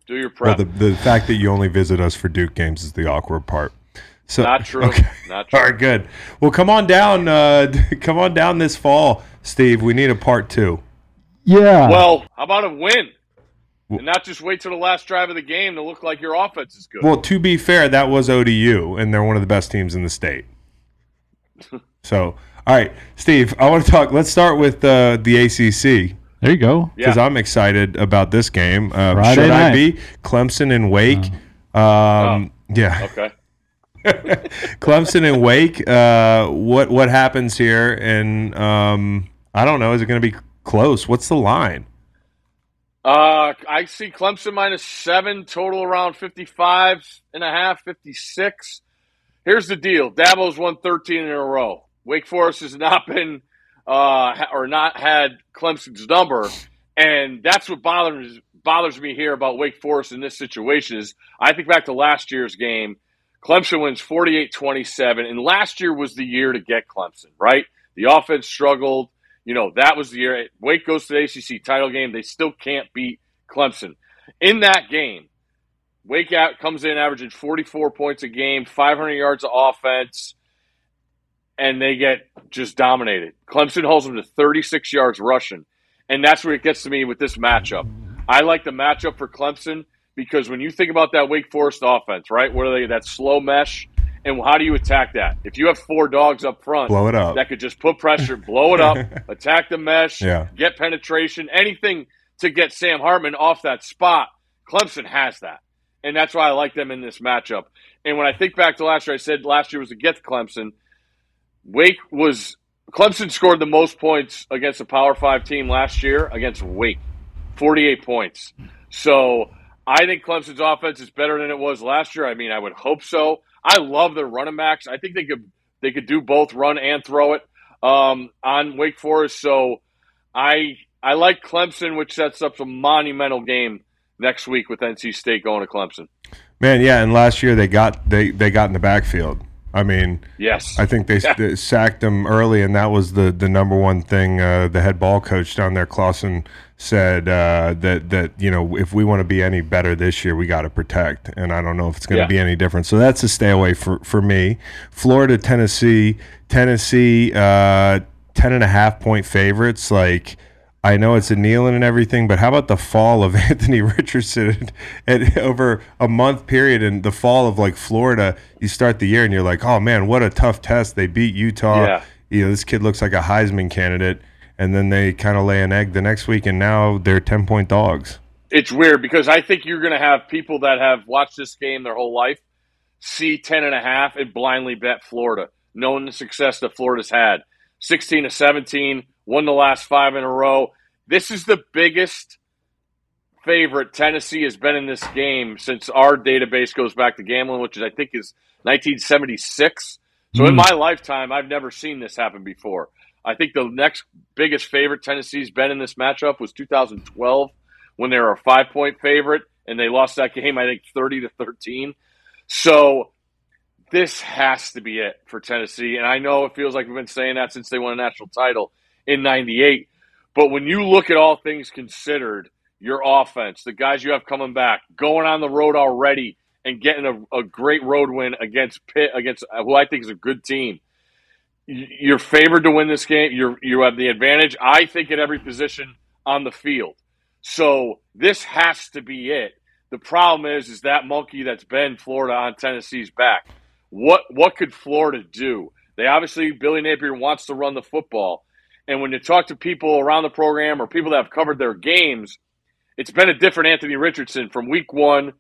F: do your
A: Well,
F: prep.
A: the, the fact that you only visit us for Duke games is the awkward part. So
F: Not true.
A: Okay.
F: Not true.
A: All right, good. Well, come on down. Uh, come on down this fall, Steve. We need a part two.
D: Yeah.
F: Well, how about a win? And not just wait till the last drive of the game to look like your offense is good.
A: Well, to be fair, that was ODU, and they're one of the best teams in the state. So, all right, Steve. I want to talk. Let's start with uh, the ACC
D: there you go.
A: because
F: Yeah.
A: I'm excited about this game. Uh,
D: Friday
A: should I
D: night. Uh-huh.
A: be Clemson and Wake? Um,
F: Oh.
A: Yeah.
F: okay.
A: Clemson and Wake. Uh, what what happens here? And um, I don't know. Is it going to be close? What's the line?
F: Uh, I see Clemson minus seven, total around 55 and a half, 56. Here's the deal Dabo's won 13 in a row. Wake Forest has not been, uh, ha- or not had Clemson's number. And that's what bothers, bothers me here about Wake Forest in this situation is I think back to last year's game. Clemson wins 48 27. And last year was the year to get Clemson, right? The offense struggled. You know, that was the year. Wake goes to the ACC title game. They still can't beat Clemson. In that game, Wake out comes in averaging 44 points a game, 500 yards of offense, and they get just dominated. Clemson holds them to 36 yards rushing. And that's where it gets to me with this matchup. I like the matchup for Clemson because when you think about that Wake Forest offense, right? What are they? That slow mesh. And how do you attack that? If you have four dogs up front,
A: Blow it up.
F: that could just put pressure, blow it up, attack the mesh,
A: Yeah.
F: get penetration, anything to get Sam Hartman off that spot. Clemson has that. And that's why I like them in this matchup. And when I think back to last year, I said last year was against Clemson. Wake was Clemson scored the most points against a Power Five team last year against Wake, forty-eight points. So I think Clemson's offense is better than it was last year. I mean, I would hope so. I love their running backs. I think they could they could do both run and throw it um, on Wake Forest. So I I like Clemson, which sets up a monumental game next week with NC State going to Clemson.
A: Man, yeah. And last year they got they they got in the backfield. I mean,
F: Yes.
A: I think they, they sacked him early, and that was the, the number one thing uh, the head ball coach down there, Clausen, said uh, that that you know if we want to be any better this year, we got to protect. And I don't know if it's going to be
F: Yeah.
A: any different. So that's a stay away for for me. Florida, Tennessee, Tennessee, uh, ten and a half point favorites. Like I know it's a kneeling and everything, but how about the fall of Anthony Richardson at, over a month period and the fall of like Florida? You start the year and you're like, oh man, what a tough test. They beat Utah.
F: Yeah.
A: You know, this kid looks like a Heisman candidate. And then they kind of lay an egg the next week, and now they're 10 point dogs.
F: it's weird because I think you're going to have people that have watched this game their whole life see 10 and a half and blindly bet Florida, knowing the success that Florida's had. 16 to 17, won the last five in a row. This is the biggest favorite Tennessee has been in this game since our database goes back to gambling, which is, I think is 1976. So in my lifetime, I've never seen this happen before. I think the next biggest favorite Tennessee's been in this matchup was 2012 when they were a five point favorite and they lost that game, I think 30 to 13. So this has to be it for Tennessee. And I know it feels like we've been saying that since they won a national title in 98. But when you look at all things considered, your offense, the guys you have coming back, going on the road already and getting a, a great road win against Pitt, against uh, who I think is a good team. Y- You're favored to win this game. You're, you have the advantage, I think, at every position on the field. So this has to be it. The problem is, is that monkey that's been Florida on Tennessee's back. What what could Florida do? They obviously Billy Napier wants to run the football, and when you talk to people around the program or people that have covered their games, it's been a different Anthony Richardson from week one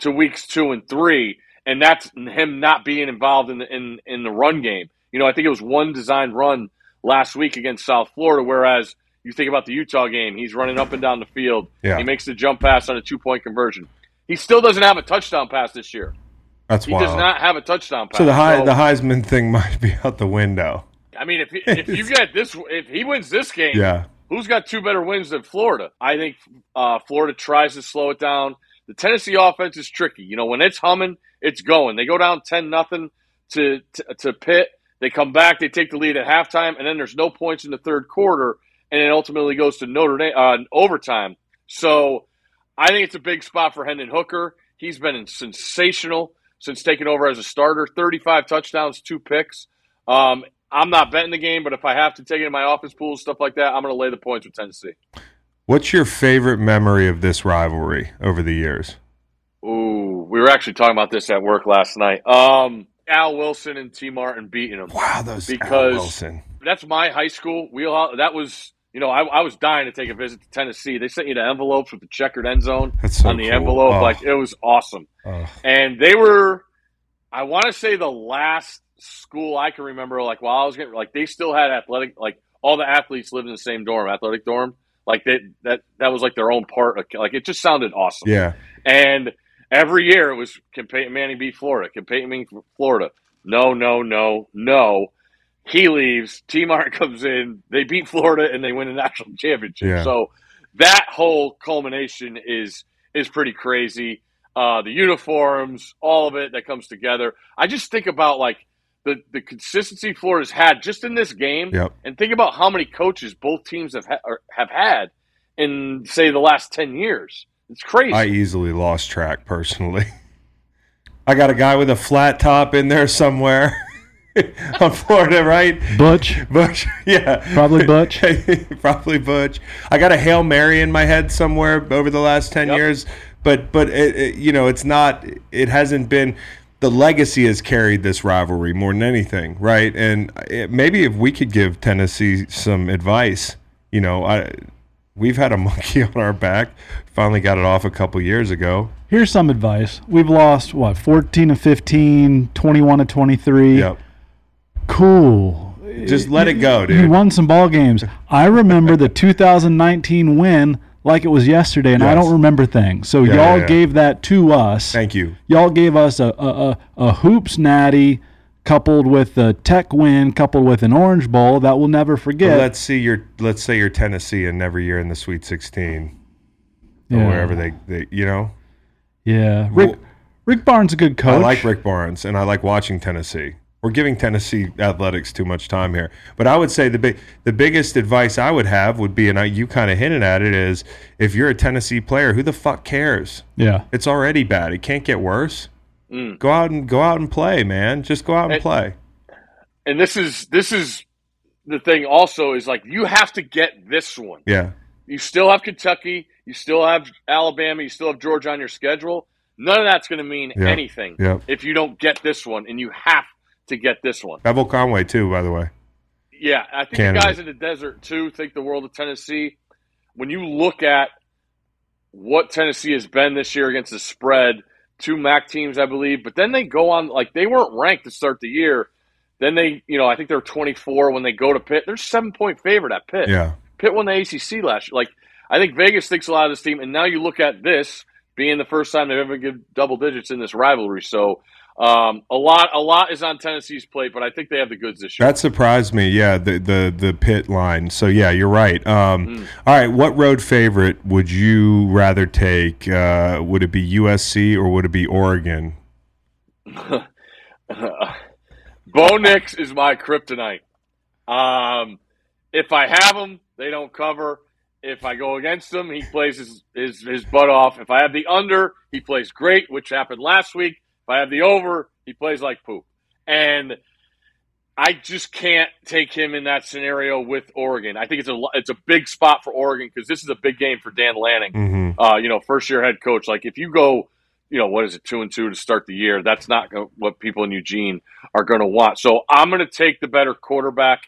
F: to weeks two and three, and that's him not being involved in the in, in the run game. You know, I think it was one designed run last week against South Florida, whereas you think about the Utah game, he's running up and down the field.
A: Yeah.
F: He makes the jump pass on a two point conversion. He still doesn't have a touchdown pass this year.
A: That's
F: He
A: wild.
F: does not have a touchdown pass.
A: so the, high, the Heisman thing might be out the window.
F: I mean, if he, if you get this, if he wins this game,
A: Yeah.
F: who's got two better wins than Florida? I think uh, Florida tries to slow it down. The Tennessee offense is tricky. You know, when it's humming, it's going. They go down ten nothing to to Pitt. They come back, they take the lead at halftime, and then there's no points in the third quarter, and it ultimately goes to Notre Dame uh, overtime. So I think it's a big spot for Hendon Hooker. He's been sensational since taking over as a starter. 35 touchdowns, two picks. Um, I'm not betting the game, but if I have to take it in my office pool, stuff like that, I'm going to lay the points with Tennessee.
A: What's your favorite memory of this rivalry over the years?
F: Ooh, we were actually talking about this at work last night. Um, Al Wilson and T. Martin beating him.
A: Wow, those Al
F: Because-
A: Wilson.
F: that's my high school wheelhouse. That was, you know, I, I was dying to take a visit to Tennessee. They sent you the envelopes with the checkered end zone
A: That's so
F: on the
A: cool.
F: envelope.
A: Oh.
F: Like it was awesome.
A: Oh.
F: And they were, I want to say, the last school I can remember. Like while I was getting, like they still had athletic, like all the athletes lived in the same dorm, athletic dorm. Like they, that, that was like their own part. Of, like it just sounded awesome.
A: Yeah.
F: And every year it was can Peyton Manning beat Florida? Can Peyton Manning beat Florida? No, no, no, no. He leaves. T. Martin comes in. They beat Florida and they win a national championship.
A: Yeah.
F: So that whole culmination is is pretty crazy. Uh, the uniforms, all of it that comes together. I just think about like the the consistency Florida's had just in this game,
A: Yep.
F: and think about how many coaches both teams have ha- or have had in say the last ten years. It's crazy.
A: I easily lost track personally. I got a guy with a flat top in there somewhere on Florida, right?
D: Butch.
A: Butch, yeah,
D: Probably Butch.
A: probably Butch. I got a hail mary in my head somewhere over the last ten
F: Yep.
A: years, but but it, it, you know it's not. It hasn't been. The legacy has carried this rivalry more than anything, right? And it, maybe if we could give Tennessee some advice, you know, I we've had a monkey on our back. Finally got it off a couple years ago.
D: Here's some advice. We've lost, what, 14 to 15, 21 to 23.
A: Yep.
D: Cool.
A: Just let it go,
D: You
A: dude.
D: won some ball games. I remember the 2019 win like it was yesterday, and I
A: Yes.
D: don't remember things. So y'all
A: yeah, yeah.
D: gave that to us.
A: Thank you.
D: Y'all gave us a, a, a, a hoops natty coupled with a tech win, coupled with an Orange Bowl that we'll never forget.
A: Let's see your let's say you're Tennessee and every year in the Sweet 16 or
D: Yeah.
A: wherever they, they you know.
D: Yeah. Rick,
A: Well-
D: Rick Barnes' a good coach.
A: I like Rick Barnes and I like watching Tennessee. We're giving Tennessee athletics too much time here. But I would say the big, the biggest advice I would have would be, and I, you kind of hinted at it, is if you're a Tennessee player, who the fuck cares?
D: Yeah.
A: It's already bad. It can't get worse. Go out and go out and play, man. Just go out and
F: It-
A: play.
F: And this is this is the thing. Also, is like you have to get this one.
A: Yeah.
F: You still have Kentucky. You still have Alabama. You still have Georgia on your schedule. None of that's going to mean
A: Yeah.
F: anything
A: Yeah.
F: if you don't get this one, and you have to get this one.
A: Bevel Conway too, by the way.
F: Yeah, I think
A: Canada.
F: the guys in the desert too think the world of Tennessee. When you look at what Tennessee has been this year against the spread, two MAC teams, I believe, but then they go on like they weren't ranked to start the year. Then they, you know, I think they're 24 when they go to Pitt. They're seven point favorite at Pitt.
A: Yeah.
F: Pitt won the ACC last year. Like, I think Vegas thinks a lot of this team, and now you look at this being the first time they've ever given double digits in this rivalry. So, um, a lot, a lot is on Tennessee's plate, but I think they have the goods this year.
A: That surprised me. Yeah, the the the pit line. So yeah, you're right. Um,
F: Hmm.
A: All right, what road favorite would you rather take? Uh, would it be USC or would it be Oregon?
F: Bo Nix is my kryptonite. Um, if I have him, they don't cover. If I go against him, he plays his, his, his butt off. If I have the under, he plays great, which happened last week. If I have the over, he plays like poop. And I just can't take him in that scenario with Oregon. I think it's a lo- it's a big spot for Oregon because this is a big game for Dan Lanning
A: hmm
F: uh, you know, first year head coach. Like if you go, you know, what is it, two and two to start the year? That's not go- what people in Eugene are going to want. So I'm going to take the better quarterback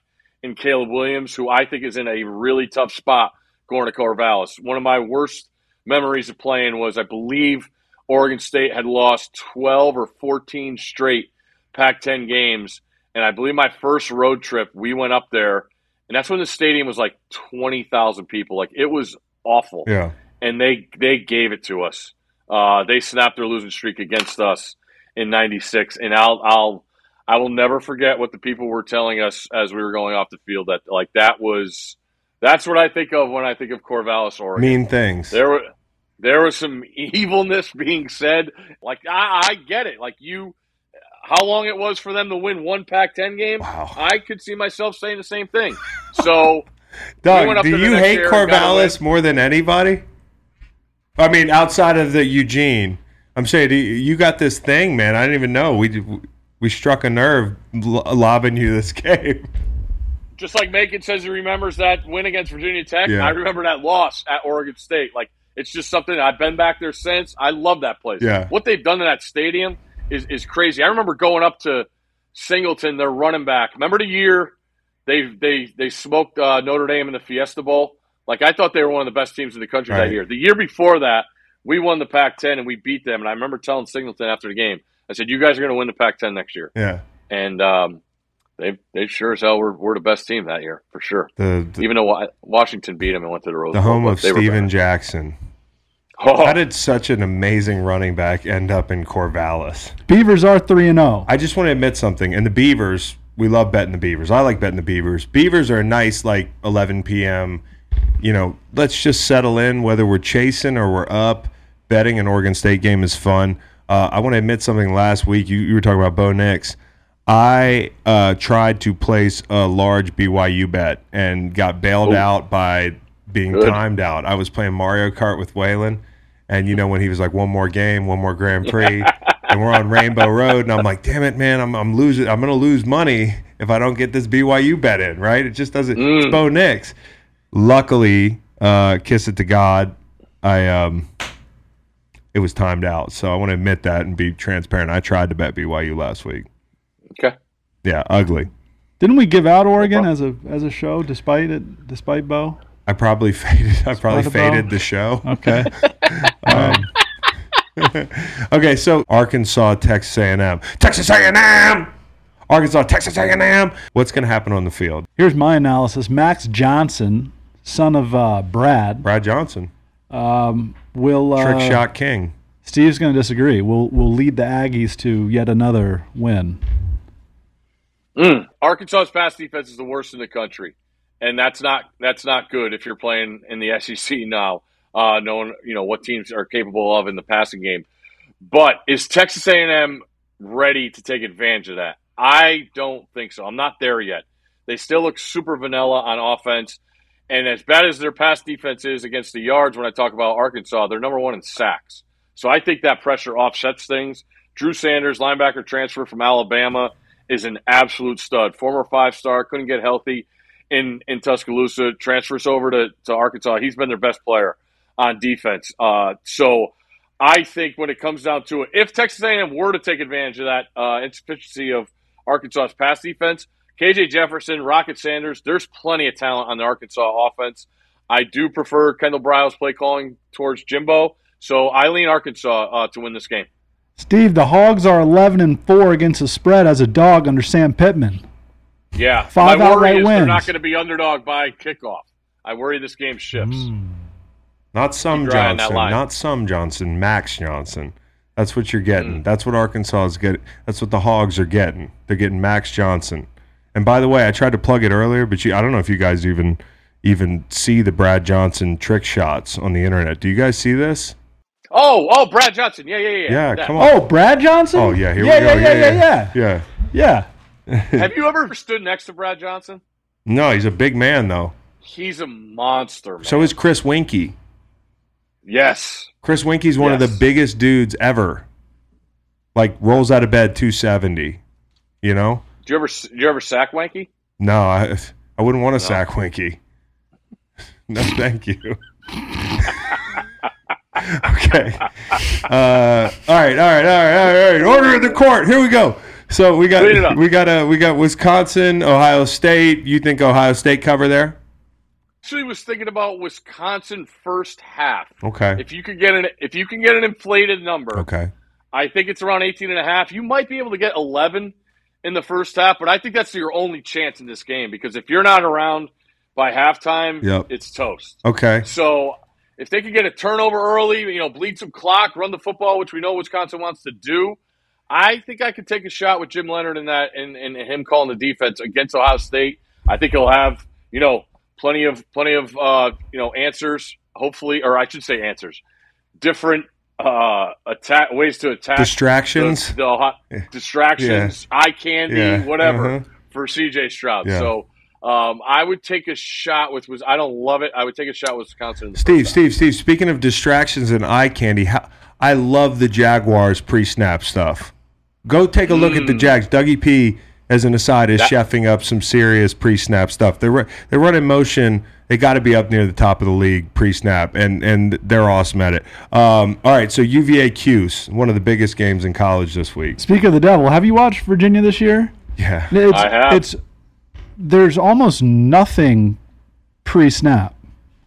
F: in Caleb Williams, who I think is in a really tough spot going to Corvallis. One of my worst memories of playing was I believe Oregon State had lost 12 or 14 straight Pac-10 games, and I believe my first road trip we went up there. And that's when the stadium was like 20,000 people. Like it was awful
A: Yeah.
F: and they they gave it to us. Uh, they snapped their losing streak against us in '96, and I'll I'll I will never forget what the people were telling us as we were going off the field. That like that was that's what I think of when I think of Corvallis, Oregon.
A: Mean things.
F: There were there was some evilness being said. Like I, I get it. Like you, how long it was for them to win one Pac-10 game?
A: Wow.
F: I could see myself saying the same thing. So. we went
A: Doug,
F: up
A: do
F: there the
A: you
F: next
A: hate
F: year and got
A: Corvallis more than anybody? I mean, outside of the Eugene, I'm saying do you, you got this thing, man. I didn't even know we we struck a nerve lo- lobbing you this game.
F: just like Macon says he remembers that win against Virginia Tech.
A: Yeah.
F: I remember that loss at Oregon State. Like it's just something I've been back there since. I love that place.
A: Yeah.
F: What they've done to that stadium is is crazy. I remember going up to Singleton, their running back. Remember the year they they they smoked uh, Notre Dame in the Fiesta Bowl? Like I thought they were one of the best teams in the country
A: Right.
F: that year. The year before that, we won the Pac-10 and we beat them. And I remember telling Singleton after the game, I said, "You guys are going to win the Pac-10 next year."
A: Yeah.
F: and um, they they sure as hell were, were the best team that year for sure.
A: The the,
F: Even though Wa- Washington beat them and went to the Rose
A: the
F: Bowl,
A: home
F: but
A: of
F: they were
A: Steven
F: bad.
A: Jackson.
F: Oh,
A: How did such an amazing running back end up in Corvallis?
D: Beavers are 3 and oh. 0.
A: I just want to admit something. And the Beavers, we love betting the Beavers. I like betting the Beavers. Beavers are a nice, like 11 p.m. You know, let's just settle in whether we're chasing or we're up. Betting an Oregon State game is fun. Uh, I want to admit something. Last week, you, you were talking about Bo Nix. I uh, tried to place a large BYU bet and got bailed out by being timed out. I was playing Mario Kart with Waylon, and you know when he was like, "One more game, one more Grand Prix," and we're on Rainbow Road, and I'm like, "Damn it, man! I'm I'm losing. I'm gonna lose money if I don't get this BYU bet in. Right? It just doesn't. It's Bo Nix. Luckily, uh, kiss it to God, I um, it was timed out. So I want to admit that and be transparent. I tried to bet BYU last week.
F: okay.
A: Yeah, ugly.
D: Didn't we give out Oregon as a as a show despite it despite Bo?
A: I probably faded. I probably
D: Spotify.
A: faded the show.
D: Okay.
A: Um, okay, so Arkansas, Texas A&M, Texas A&M, Arkansas, Texas A&M. What's going to happen on the field?
D: Here's my analysis. Max Johnson, son of uh, Brad,
A: Brad Johnson,
D: will uh,
A: trick shot king.
D: Steve's going to disagree. Will will lead the Aggies to yet another win.
F: Arkansas's pass defense is the worst in the country, and that's not that's not good if you're playing in the SEC now, uh, knowing you know what teams are capable of in the passing game. But is Texas A&M ready to take advantage of that? I don't think so. I'm not there yet. They still look super vanilla on offense. And as bad as their pass defense is against the yards, when I talk about Arkansas, they're number one in sacks. So I think that pressure offsets things. Drew Sanders, linebacker transfer from Alabama, is an absolute stud. Former five star, couldn't get healthy in, in Tuscaloosa, transfers over to, to Arkansas. He's been their best player on defense. Uh, so I think when it comes down to it, if Texas A&M were to take advantage of that uh, insufficiency of Arkansas's pass defense, KJ Jefferson, Rocket Sanders, there's plenty of talent on the Arkansas offense. I do prefer Kendall Bryles' play calling towards Jimbo, so I lean Arkansas uh, to win this game.
D: Steve, the Hogs are 11 and 4 against the spread as a dog under Sam Pittman.
F: Yeah,
D: Five
F: my worry
D: outright
F: is they're
D: wins.
F: not going to be underdog by kickoff. I worry this game shifts.
D: Hmm.
A: Not some
F: Keep your eye on that
A: Johnson.
F: line.
A: Not some Johnson. Max Johnson. That's what you're
F: Mm.
A: getting. That's what Arkansas is getting. That's what the Hogs are getting. They're getting Max Johnson. And by the way, I tried to plug it earlier, but you, I don't know if you guys even even see the Brad Johnson trick shots on the internet. Do you guys see this?
F: Oh, oh, Brad Johnson, yeah, yeah, yeah.
A: Yeah,
F: That.
A: come on.
D: Oh, Brad
F: Mm.
D: Johnson?
A: Oh yeah, here
D: yeah,
A: we go.
D: Yeah, yeah, yeah, yeah, yeah.
A: yeah.
F: Have you ever stood next to Brad Johnson?
A: No, he's a big man though.
F: He's a monster. Man.
A: So is Chris Winky.
F: yes,
A: Chris Winky's one of
F: Yes.
A: the biggest dudes ever. Like rolls out of bed 270. You know?
F: do you ever do you ever sack Wanky?
A: No, I I wouldn't want to sack Winky. No, thank you. okay. Uh, all right, all right, all right, all right, all right. Order of the court. Here we go. So we
F: Read it up.
A: got we got a we got Wisconsin, Ohio State. You think Ohio State cover there?
F: Actually, was thinking about Wisconsin first half.
A: Okay.
F: If you could get an if you can get an inflated number,
A: Oh. Okay.
F: I think it's around 18 and a half. You might be able to get 11 in the first half, but I think that's your only chance in this game because if you're not around by halftime,
A: Yep.
F: it's toast.
A: Okay.
F: So if they could get a turnover early, you know, bleed some clock, run the football, which we know Wisconsin wants to do, I think I could take a shot with Jim Leonard in that and, and him calling the defense against Ohio State. I think he'll have, you know, plenty of plenty of uh, you know answers, hopefully, or I should say answers, different uh, attack ways to attack
A: Distractions.
F: the, the hot distractions, eye candy,
A: Yeah,
F: whatever
A: uh-huh.
F: for CJ Stroud.
A: Yeah.
F: So um, I would take a shot with was I don't love it. I would take a shot with Wisconsin. in the
A: Steve,
F: first
A: Steve, Steve. Speaking of distractions and eye candy, how, I love the Jaguars pre-snap stuff. Go take a look at the Jags. Dougie P, as an aside, is chefing up some serious pre-snap stuff. They run, they run in motion. They got to be up near the top of the league pre-snap, and and they're awesome at it. Um, all right, so UVA Cuse, one of the biggest games in college this week.
D: Speak of the devil, have you watched Virginia this year?
A: Yeah,
D: It's,
F: I have.
D: It's there's almost nothing pre-snap.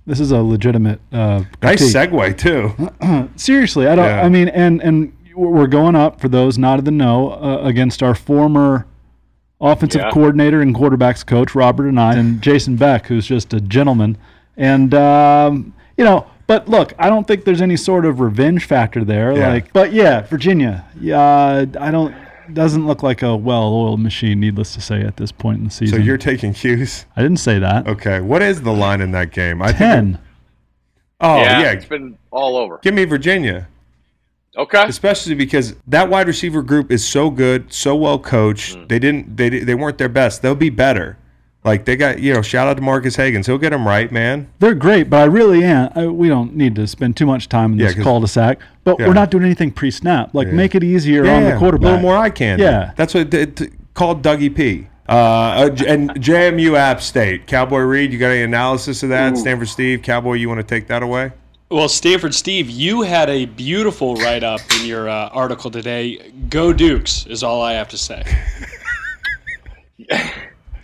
D: This is a legitimate. Uh,
A: nice
D: critique.
A: segue too.
D: Seriously, I don't.
A: Yeah.
D: I mean, and and we're going up for those not in the know uh, against our former offensive
F: Yeah.
D: coordinator and quarterbacks coach Robert and I and Jason Beck, who's just a gentleman. And um, you know, but look, I don't think there's any sort of revenge factor there.
A: Yeah.
D: Like, but yeah, Virginia. Yeah, I don't. Doesn't look like a well-oiled machine. Needless to say, at this point in the
A: So
D: season.
A: you're Oh. taking Cuse.
D: I didn't say that.
A: Okay, what is the line in that game? I think-
D: Ten.
A: Oh
F: half.
A: yeah,
F: it's been all over.
A: give me Virginia.
F: Okay,
A: especially because that wide receiver group is so good, so well coached. They didn't they they weren't their best. They'll be better. Like they got you know shout out to Marcus Higgins. He'll get them right, man.
D: They're great, but I really am. I, we don't need to spend too much time in
A: Yeah,
D: this
A: 'cause-
D: cul-de-sac. But
A: Yeah.
D: we're not doing anything pre-snap. Like make it easier on the quarterback.
A: A little more eye candy.
D: Yeah.
A: that's what they, t- called Dougie P. Uh, uh, J- and JMU App State, Cowboy Reed. You got any analysis of that? Stanford Steve, Cowboy. You want to take that away?
G: Well, Stanford Steve, you had a beautiful write up in your uh, article today. Go Dukes is all I have to say.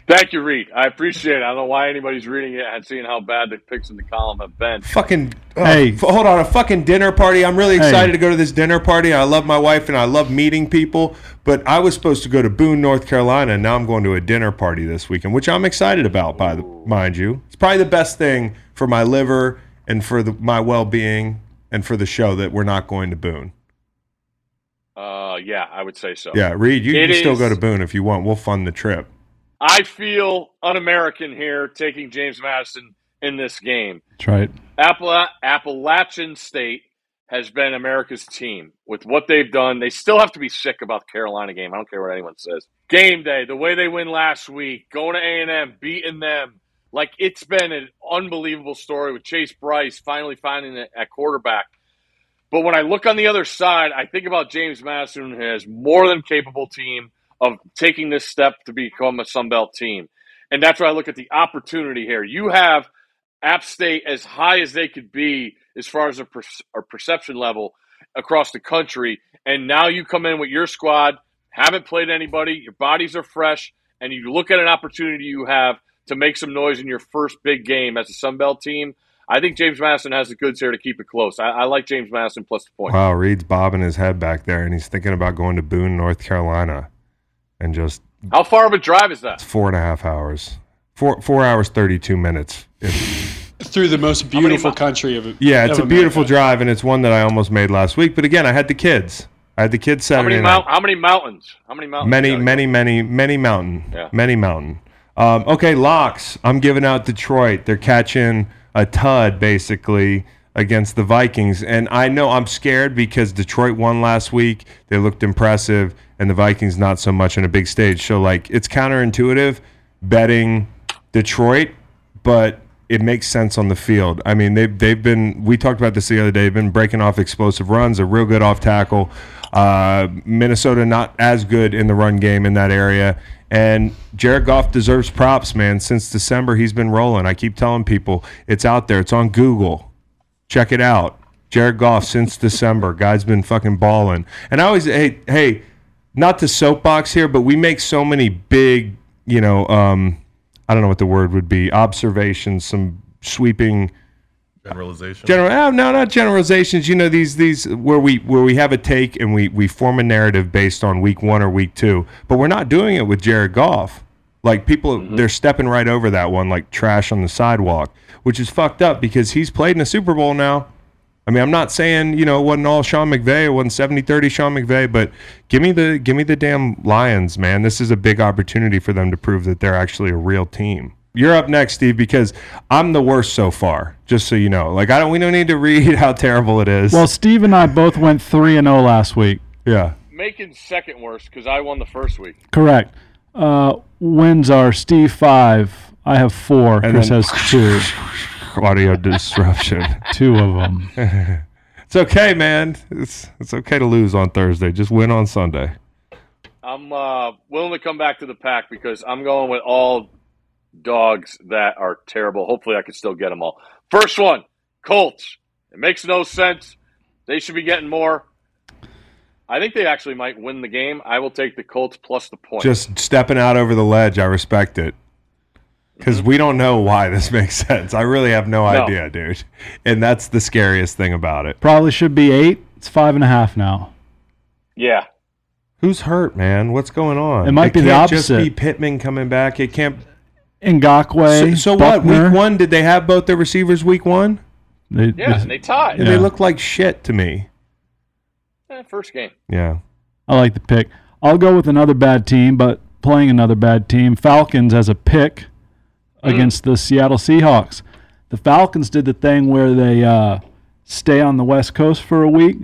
F: thank you, Reed. I appreciate it. I don't know why anybody's reading it and seeing how bad the picks in the column have been.
A: Fucking uh,
D: Hey.
A: f- hold on, a fucking dinner party. I'm really excited to go to this dinner party. I love my wife and I love meeting people, but I was supposed to go to Boone, North Carolina, and now I'm going to a dinner party this weekend, which I'm excited about. By the mind you, it's probably the best thing for my liver and for the, my well being and for the show that we're not going to Boone.
F: Uh, yeah, I would say so.
A: Yeah, Reed, you
F: It
A: can still
F: is-
A: go to Boone if you want. We'll fund the trip.
F: I feel un-American here taking James Madison in this game.
D: That's right.
F: Appala- Appalachian State has been America's team with what they've done. They still have to be sick about the Carolina game. I don't care what anyone says. Game day, the way they win last week, going to A and M, beating them. Like it's been an unbelievable story with Chase Bryce finally finding it at quarterback. But when I look on the other side, I think about James Madison as more than capable team of taking this step to become a Sun Belt team. And that's where I look at the opportunity here. You have App State as high as they could be as far as a, per- a perception level across the country. And now you come in with your squad, haven't played anybody, your bodies are fresh, and you look at an opportunity you have to make some noise in your first big game as a Sun Belt team. I think James Madison has the goods here to keep it close. I, I like James Madison plus the point.
A: Wow, Reed's bobbing his head back there, and he's thinking about going to Boone, North Carolina, and just
F: How far of a drive is that?
A: four and a half hours, four four hours thirty two minutes. If-
G: through the most beautiful country of
A: yeah,
G: of
A: it's a
G: America.
A: beautiful drive, and it's one that I almost made last week. But again, I had the kids. I had the kids
F: How
A: Saturday
F: many,
A: night.
F: mount, how many mountains? How many mountains?
A: many,
F: gotta go?
A: many, many, many mountain.
F: Yeah.
A: Many mountain. Um, okay, locks. I'm giving out Detroit. They're catching a tud basically against the Vikings, and I know I'm scared because Detroit won last week. They looked impressive, and the Vikings not so much on a big stage. So like, it's counterintuitive betting Detroit, but it makes sense on the field. I mean, they've they've been. We talked about this the other day. They've been breaking off explosive runs. They're real good off tackle. Uh, Minnesota not as good in the run game in that area. And Jared Goff deserves props, man. Since December, he's been rolling. I keep telling people it's out there. It's on Google. Check it out. Jared Goff since December. Guy's been fucking balling. And I always hey hey, not to soapbox here, but we make so many big, you know, um, I don't know what the word would be, observations, some sweeping
E: Generalization.
A: general oh, no not generalizations you know these these where we where we have a take and we we form a narrative based on week one or week two but we're not doing it with jared goff like people they're stepping right over that one like trash on the sidewalk which is fucked up because he's played in a super bowl now I mean, I'm not saying you know it wasn't all Sean McVay, it wasn't 70-30 Sean McVay, but give me the give me the damn Lions, man. This is a big opportunity for them to prove that they're actually a real team. You're up next, Steve, because I'm the worst so far. Just so you know, like I don't we don't need to read how terrible it is.
D: Well, Steve and I both went three and zero last week.
A: yeah,
F: Making second worst because I won the first week.
D: Correct. Uh, wins are Steve five. I have four. Chris
A: then-
D: has two.
A: audio disruption.
D: Two of them.
A: It's okay, man. It's it's okay to lose on Thursday. Just win on Sunday.
F: I'm uh, willing to come back to the pack because I'm going with all dogs that are terrible. Hopefully, I can still get them all. First one, Colts. It makes no sense. They should be getting more. I think they actually might win the game. I will take the Colts plus the point.
A: Just stepping out over the ledge. I respect it. Because we don't know why this makes sense. I really have no, idea, dude. And that's the scariest thing about it.
D: Probably should be eight. It's five and a half now.
F: yeah.
A: Who's hurt, man? What's going on?
D: It might be the
A: can't Just be
D: opposite.
A: Pittman coming back. It can't. So,
D: Ngakwe.
A: so what?
D: Buckner,
A: Week one? Did they have both their receivers? Week one?
D: They,
F: Yeah,
D: they-
F: and they tied.
A: They
D: Yeah.
A: look like shit to me.
F: Eh, first game.
A: Yeah.
D: I like the pick. I'll go with another bad team, but playing another bad team. Falcons as a pick against the Seattle Seahawks. The Falcons did the thing where they uh, stay on the West Coast for a week,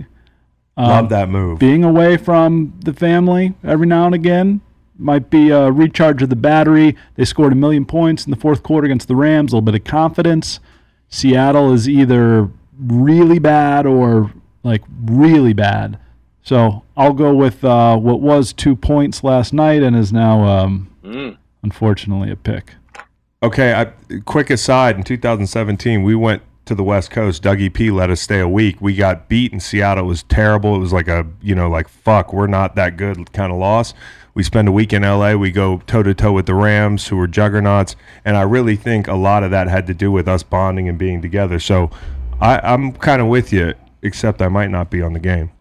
D: Um,
A: Love that move.
D: being away from the family every now and again. Might be a recharge of the battery. They scored a million points in the fourth quarter against the Rams, a little bit of confidence. Seattle is either really bad or like really bad. So I'll go with uh, what was two points last night and is now, um, unfortunately, a pick.
A: Okay, I, quick aside. In 2017, we went to the West Coast. Dougie P let us stay a week. We got beat in Seattle. It was terrible. It was like a you know like fuck, we're not that good kind of loss. We spend a week in LA. We go toe to toe with the Rams, who were juggernauts. And I really think a lot of that had to do with us bonding and being together. So I, I'm kind of with you, except I might not be on the game.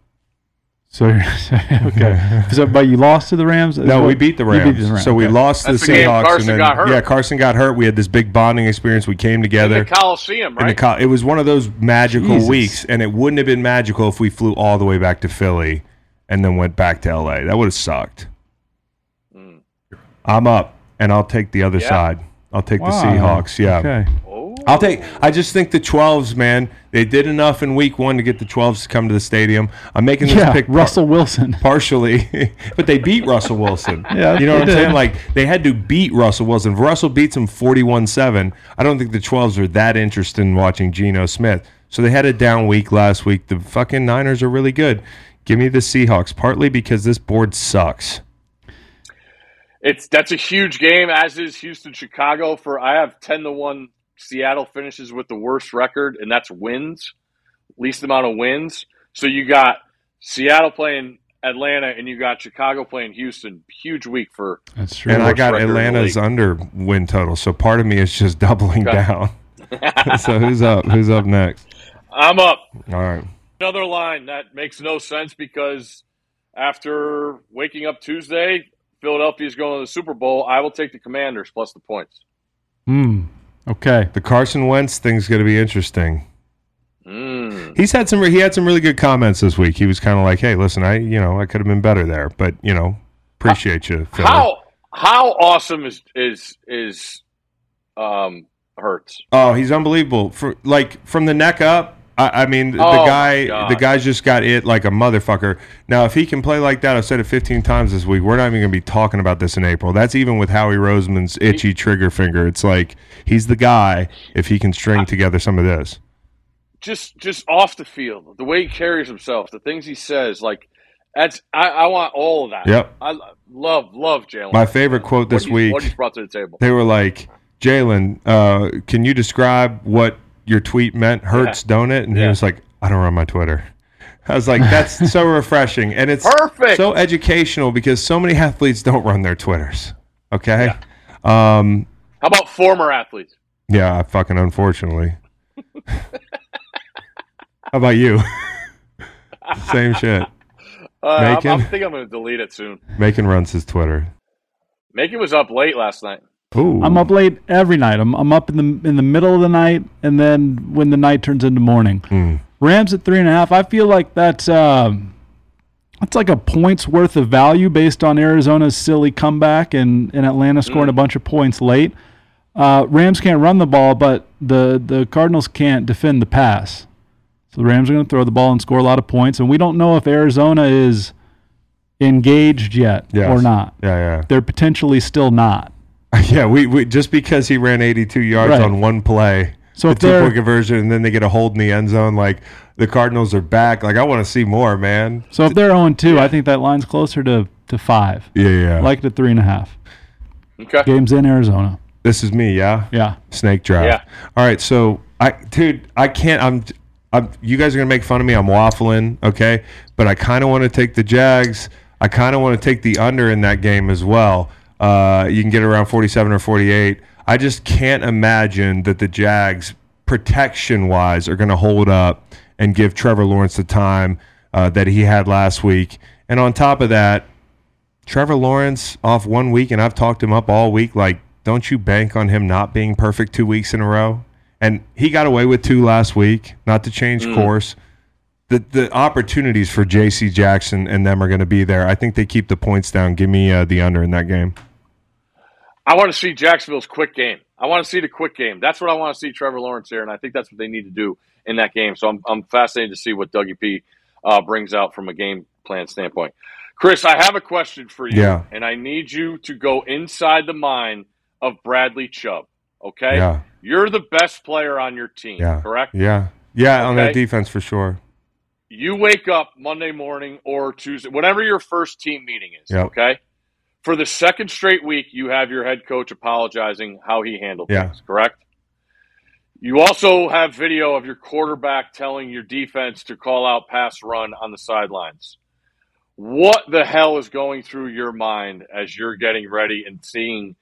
D: So, okay. so, but you lost to the Rams?
A: No, we beat the
D: You
A: Rams. So we
D: okay.
A: lost to the
F: That's the game
A: Seahawks.
F: Carson
A: and then,
F: got hurt.
A: Yeah, Carson got hurt. We had this big bonding experience. We came together.
F: The Coliseum,
A: in the
F: right?
A: co- it was one of those magical
D: Jesus.
A: weeks, and it wouldn't have been magical if we flew all the way back to Philly and then went back to LA. That would have sucked.
D: Hmm.
A: I'm up, and I'll take the other
F: Yeah.
A: side. I'll take
D: Wow.
A: the Seahawks. Yeah,
D: Okay.
F: oh.
A: I'll take. I just think the 12s, man. They did enough in week one to get the 12s to come to the stadium. I'm making this
D: Yeah,
A: pick par-
D: Russell Wilson.
A: partially, but they beat Russell Wilson.
D: Yeah,
A: you know what I'm
D: they did.
A: saying? Like they had to beat Russell Wilson. If Russell beats him 41-7, I don't think the 12s are that interested in watching Geno Smith. So they had a down week last week. The fucking Niners are really good. Give me the Seahawks, partly because this board sucks.
F: It's that's a huge game, as is Houston Chicago. For I have ten to one Seattle finishes with the worst record, and that's wins, least amount of wins. So you got Seattle playing Atlanta, and you got Chicago playing Houston. Huge week for
D: That's true.
A: And I
F: Worst
A: got
F: record in the
A: Atlanta's
F: league.
A: under win total. So part of me is just doubling
F: Okay.
A: down. so who's up? Who's up next?
F: I'm up.
A: All right.
F: Another line that makes no sense because after waking up Tuesday, Philadelphia's going to the Super Bowl. I will take the Commanders plus the points.
D: Mm, okay.
A: The Carson Wentz thing's going to be interesting.
F: Mm.
A: He's had some. He had some really good comments this week. He was kind of like, "Hey, listen, I you know I could have been better there, but you know appreciate you." Philly.
F: How how awesome is is is um Hurts?
A: Oh, he's unbelievable. For like from the neck up. I, I mean,
F: Oh,
A: the
F: my
A: guy,
F: God.
A: the guy's just got it like a motherfucker. Now, if he can play like that, I've said it 15 times this week. We're not even going to be talking about this in April. That's even with Howie Roseman's itchy trigger finger. It's like he's the guy if he can string together some of this.
F: just just off the field, the way he carries himself, the things he says, like that's I, I want all of that.
A: Yep.
F: I lo- love love Jalen.
A: My favorite quote
F: What
A: this
F: he's-
A: week.
F: what he's brought to the table.
A: they were like, Jalen, uh, can you describe what your tweet meant? Hurts, don't it? And he
F: Yeah.
A: was like, I don't run my Twitter. I was like, that's so refreshing. And it's
F: Perfect.
A: so educational because so many athletes don't run their Twitters. Okay. Um,
F: How about former athletes?
A: yeah, I fucking unfortunately. How about you? Same shit.
F: Uh, I'm,
A: Macon?
F: I'm thinking I'm going to delete it soon.
A: Macon runs his Twitter.
F: Macon was up late last night.
A: Ooh.
D: I'm up late every night. I'm, I'm up in the in the middle of the night, and then when the night turns into morning. Rams at three and a half. I feel like that's um that's like a points worth of value based on Arizona's silly comeback and, and Atlanta scoring a bunch of points late. Uh, Rams can't run the ball, but the the Cardinals can't defend the pass. So the Rams are going to throw the ball and score a lot of points, and we don't know if Arizona is engaged yet
A: Yes.
D: or not.
A: Yeah, yeah.
D: They're potentially still not.
A: Yeah, we, we just because he ran 82 yards
D: Right.
A: on one play,
D: So
A: the
D: if they're-
A: two-point conversion, and then they get a hold in the end zone. Like the Cardinals are back. Like I want to see more, man.
D: So if they're 0 2, I think that line's closer to, to five.
A: Yeah, yeah.
D: Like to three and a half.
F: Okay.
D: Game's in Arizona.
A: this is me. Yeah,
D: Yeah.
A: Snake drive.
F: Yeah.
A: All right, so I, dude, I can't. I'm, I'm. You guys are gonna make fun of me. I'm waffling, okay? But I kind of want to take the Jags. I kind of want to take the under in that game as well. Uh, you can get around 47 or 48. I just can't imagine that the Jags, protection wise, are gonna hold up and give Trevor Lawrence the time uh, that he had last week. And on top of that, Trevor Lawrence off one week, and I've talked him up all week. Like, don't you bank on him not being perfect two weeks in a row? And he got away with two last week, not to change
F: Mm.
A: course. The, the opportunities for J.C. Jackson and them are going to be there. I think they keep the points down. Give me uh, the under in that game.
F: I want to see Jacksonville's quick game. I want to see the quick game. That's what I want to see Trevor Lawrence here, and I think that's what they need to do in that game. So I'm, I'm fascinated to see what Dougie P uh, brings out from a game plan standpoint. Chris, I have a question for you,
A: Yeah.
F: and I need you to go inside the mind of Bradley Chubb. Okay,
A: Yeah.
F: you're the best player on your team,
A: Yeah.
F: correct?
A: Yeah. Yeah, on that
F: Okay.
A: defense for sure.
F: you wake up Monday morning or Tuesday, whatever your first team meeting is.
A: Yep.
F: Okay. For the second straight week, you have your head coach apologizing how he handled
A: Yeah.
F: things, correct? You also have video of your quarterback telling your defense to call out pass run on the sidelines. What the hell is going through your mind as you're getting ready and seeing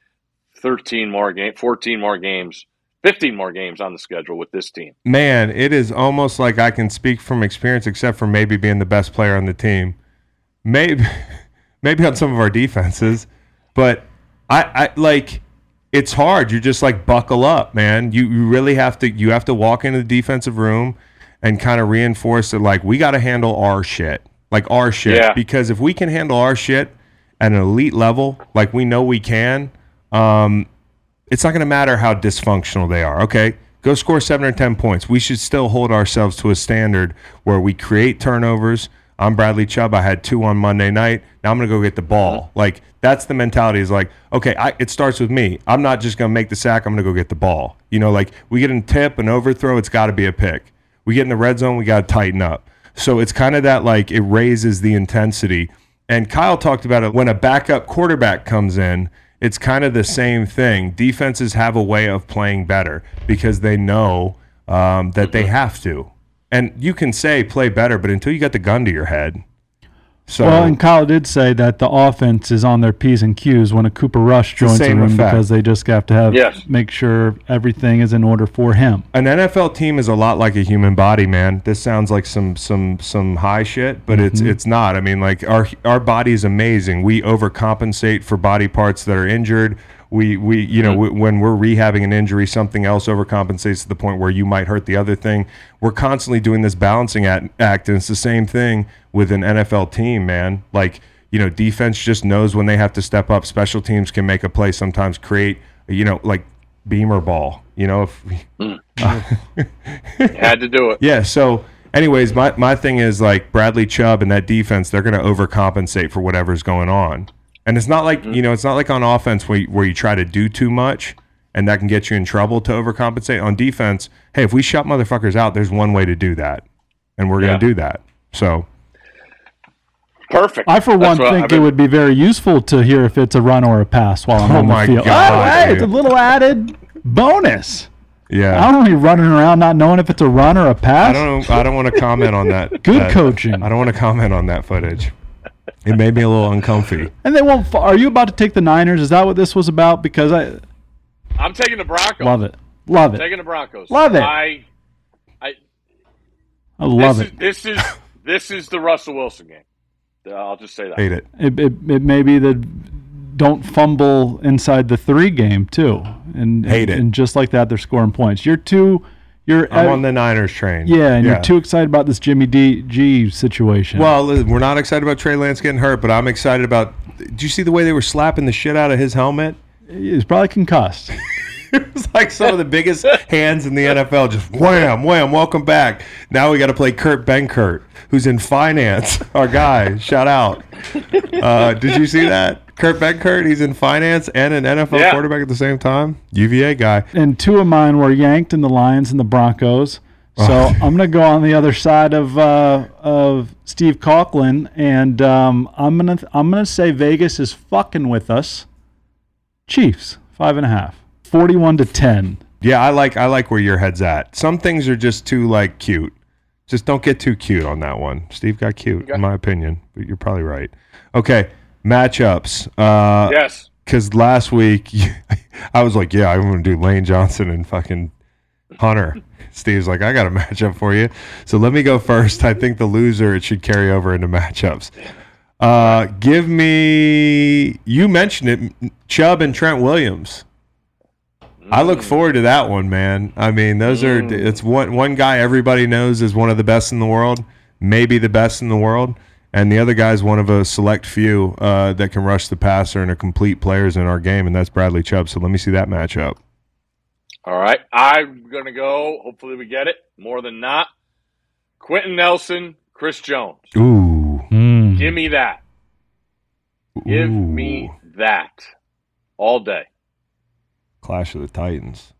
F: 13 more game, 14 more games, 15 more games on the schedule with this team?
A: Man, it is almost like I can speak from experience, except for maybe being the best player on the team. Maybe, maybe on some of our defenses, but I, I like it's hard. You're just like buckle up, man. You you really have to you have to walk into the defensive room and kind of reinforce that like we got to handle our shit, like our shit,
F: Yeah.
A: because if we can handle our shit at an elite level, like we know we can, um, it's not going to matter how dysfunctional they are. Okay, Go score seven or 10 points. We should still hold ourselves to a standard where we create turnovers. I'm Bradley Chubb. I had two on Monday night. Now I'm going to go get the ball. Like, that's the mentality is like, okay, I, it starts with me. I'm not just going to make the sack. I'm going to go get the ball. You know, like we get in tip, an overthrow, it's got to be a pick. We get in the red zone, we got to tighten up. So it's kind of that like it raises the intensity. And Kyle talked about it when a backup quarterback comes in, it's kind of the same thing. Defenses have a way of playing better because they know um, that
D: Mm-hmm.
A: they have to. And you can say play better, but until you got the gun to your head. So
D: Well, and Kyle did say that the offense is on their P's and Q's when a Cooper Rush joins the
A: same
D: room
A: effect.
D: because they just have to have
F: Yes.
D: make sure everything is in order for him.
A: an NFL team is a lot like a human body, man. This sounds like some some some high shit, but it's it's not. I mean, like our our body is amazing. We overcompensate for body parts that are injured. We we you know w when we're rehabbing an injury, something else overcompensates to the point where you might hurt the other thing. We're constantly doing this balancing act, act and it's the same thing with an NFL team, man. Like you know, defense just knows when they have to step up. Special teams can make a play sometimes, create you know like beamer ball. You know if.
F: Had to do it.
A: Yeah. So, anyways, my, my thing is like Bradley Chubb and that defense, they're going to overcompensate for whatever's going on. And it's not like, you know, it's not like on offense where you, where you try to do too much and that can get you in trouble to overcompensate. On defense, hey, if we shut motherfuckers out, there's one way to do that. And we're
F: Yeah.
A: going to do that. So,
F: Perfect.
D: I, for one,
F: That's what
D: think
F: I've been-
D: it would be very useful to hear if it's a run or a pass while I'm
A: Oh
D: on the
A: my
D: field.
A: God,
D: oh, hey, it's a
A: dude.
D: little added bonus. I
A: yeah.
D: don't want to be running around not knowing if it's a run or a pass.
A: I don't know. I don't want to comment on that.
D: Good
A: that-
D: coaching.
A: I don't want to comment on that footage. It made me a little uncomfy.
D: And they won't. fa- Are you about to take the Niners? Is that what this was about? Because I
F: I'm taking the Broncos.
D: love it, love it,
F: Taking the Broncos.
D: Love it.
F: I
D: I love
F: this
D: it.
F: is this is this is the Russell Wilson game. Uh, I'll just say that.
A: Hate it.
D: It, it, it may be the don't fumble inside the three game too, and
A: Hate it.
D: and, just like that they're scoring points. You're too, you're
A: I'm on the Niners train.
D: yeah, and you're too excited about this Jimmy D G situation.
A: Well, listen, we're not excited about Trey Lance getting hurt, but I'm excited about. Do you see the way they were slapping the shit out of his helmet?
D: it's probably concussed.
A: It's like some of the biggest hands in the NFL. Just wham, wham. Welcome back. Now we got to play Kurt Benkert, who's in finance. Our guy, shout out. Uh, did you see that? Kurt Benkert, he's in finance and an NFL
F: Yeah.
A: quarterback at the same time. UVA guy.
D: and two of mine were yanked in the Lions and the Broncos. So I'm going to go on the other side of uh, of Steve Coughlin, and um, I'm gonna I'm gonna say Vegas is fucking with us. Chiefs five and a half, 41 to ten.
A: Yeah, I like I like where your head's at. Some things are just too like cute. Just don't get too cute on that one. Steve got cute, in my opinion, but you're probably right. Okay, matchups. Uh
F: Yes.
A: Because last week I was like, yeah, I'm going to do Lane Johnson and fucking Hunter. Steve's like, I got a matchup for you. So let me go first. I think the loser it should carry over into matchups. Uh, give me. You mentioned it, Chubb and Trent Williams. I
F: Mm.
A: look forward to that one, man. I mean, those are it's one one guy everybody knows is one of the best in the world, maybe the best in the world, and the other guy's one of a select few uh, that can rush the passer and are complete players in our game, and that's Bradley Chubb. So let me see that matchup.
F: All right. I'm going to go. Hopefully, we get it. More than not. Quentin Nelson, Chris Jones.
A: Ooh,
D: Mm-hmm.
F: Give me that. Give me that all day.
A: Clash of the Titans.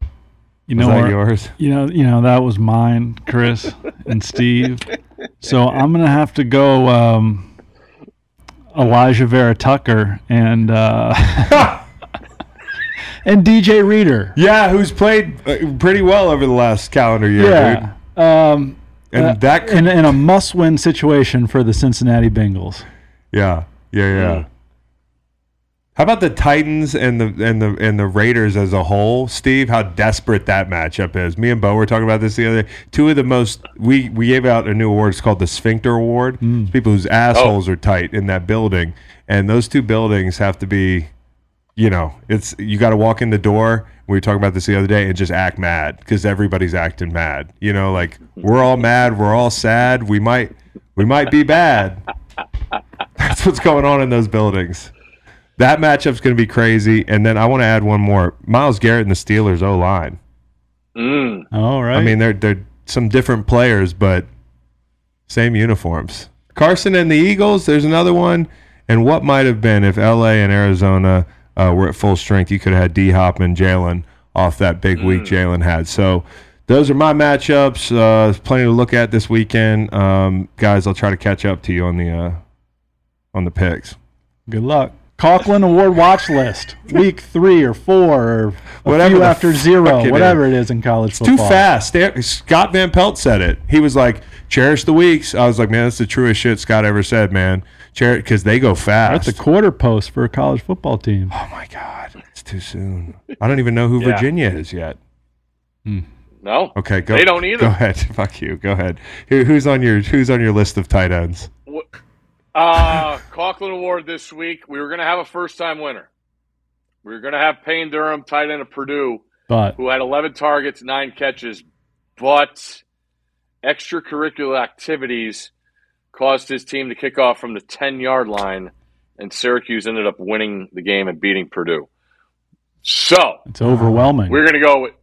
D: You
A: Is
D: know,
A: that
D: where-
A: yours?
D: you know, you know that was mine, Chris and Steve. So I'm going to have to go um, Elijah Vera Tucker and uh, and DJ Reader.
A: Yeah, who's played uh, pretty well over the last calendar year, dude.
D: Yeah. Um,
A: And
D: Uh,
A: that, could,
D: in, in a must-win situation for the Cincinnati Bengals.
A: yeah, yeah, yeah. How about the Titans and the and the and the Raiders as a whole, Steve? How desperate that matchup is. Me and Bo were talking about this the other day. Two of the most we we gave out a new award. It's called the Sphincter Award. It's people whose assholes are tight in that building, and those two buildings have to be, you know, it's you got to walk in the door. We were talking about this the other day and just act mad because everybody's acting mad. You know, like we're all mad, we're all sad. We might we might be bad. That's what's going on in those buildings. That matchup's going to be crazy. And then I want to add one more. Miles Garrett and the Steelers O line.
F: Mm.
D: All right.
A: I mean, they're they're some different players, but same uniforms. Carson and the Eagles. There's another one. And what might have been if LA and Arizona uh, were at full strength? You could have had D Hop and Jalen off that big week Jalen had. So those are my matchups. Uh, plenty to look at this weekend, um, guys. I'll try to catch up to you on the uh, on the picks.
D: Good luck. Coughlin Award watch list, week three or four, or a
A: Whatever
D: few
A: the
D: after
A: fuck
D: zero,
A: it
D: whatever it is in college
A: Too
D: football.
A: fast. There- Scott Van Pelt said it. He was like, "Cherish the weeks." I was like, "Man, that's the truest shit Scott ever said, man." Cherish because they go fast.
D: That's a quarter post for a college football team.
A: oh my god, it's too soon. I don't even know who Virginia is yet.
F: No.
A: Okay, go.
F: They don't either.
A: Go ahead. Fuck you. Go ahead. Here, who's on your Who's on your list of tight ends?
F: Uh, Coughlin Award this week. We were going to have a first time winner. We were going to have Payne Durham, tight end of Purdue,
D: But
F: who had 11 targets, nine catches, but extracurricular activities caused his team to kick off from the 10 yard line, and Syracuse ended up winning the game and beating Purdue. So
D: it's overwhelming.
F: we're going to go with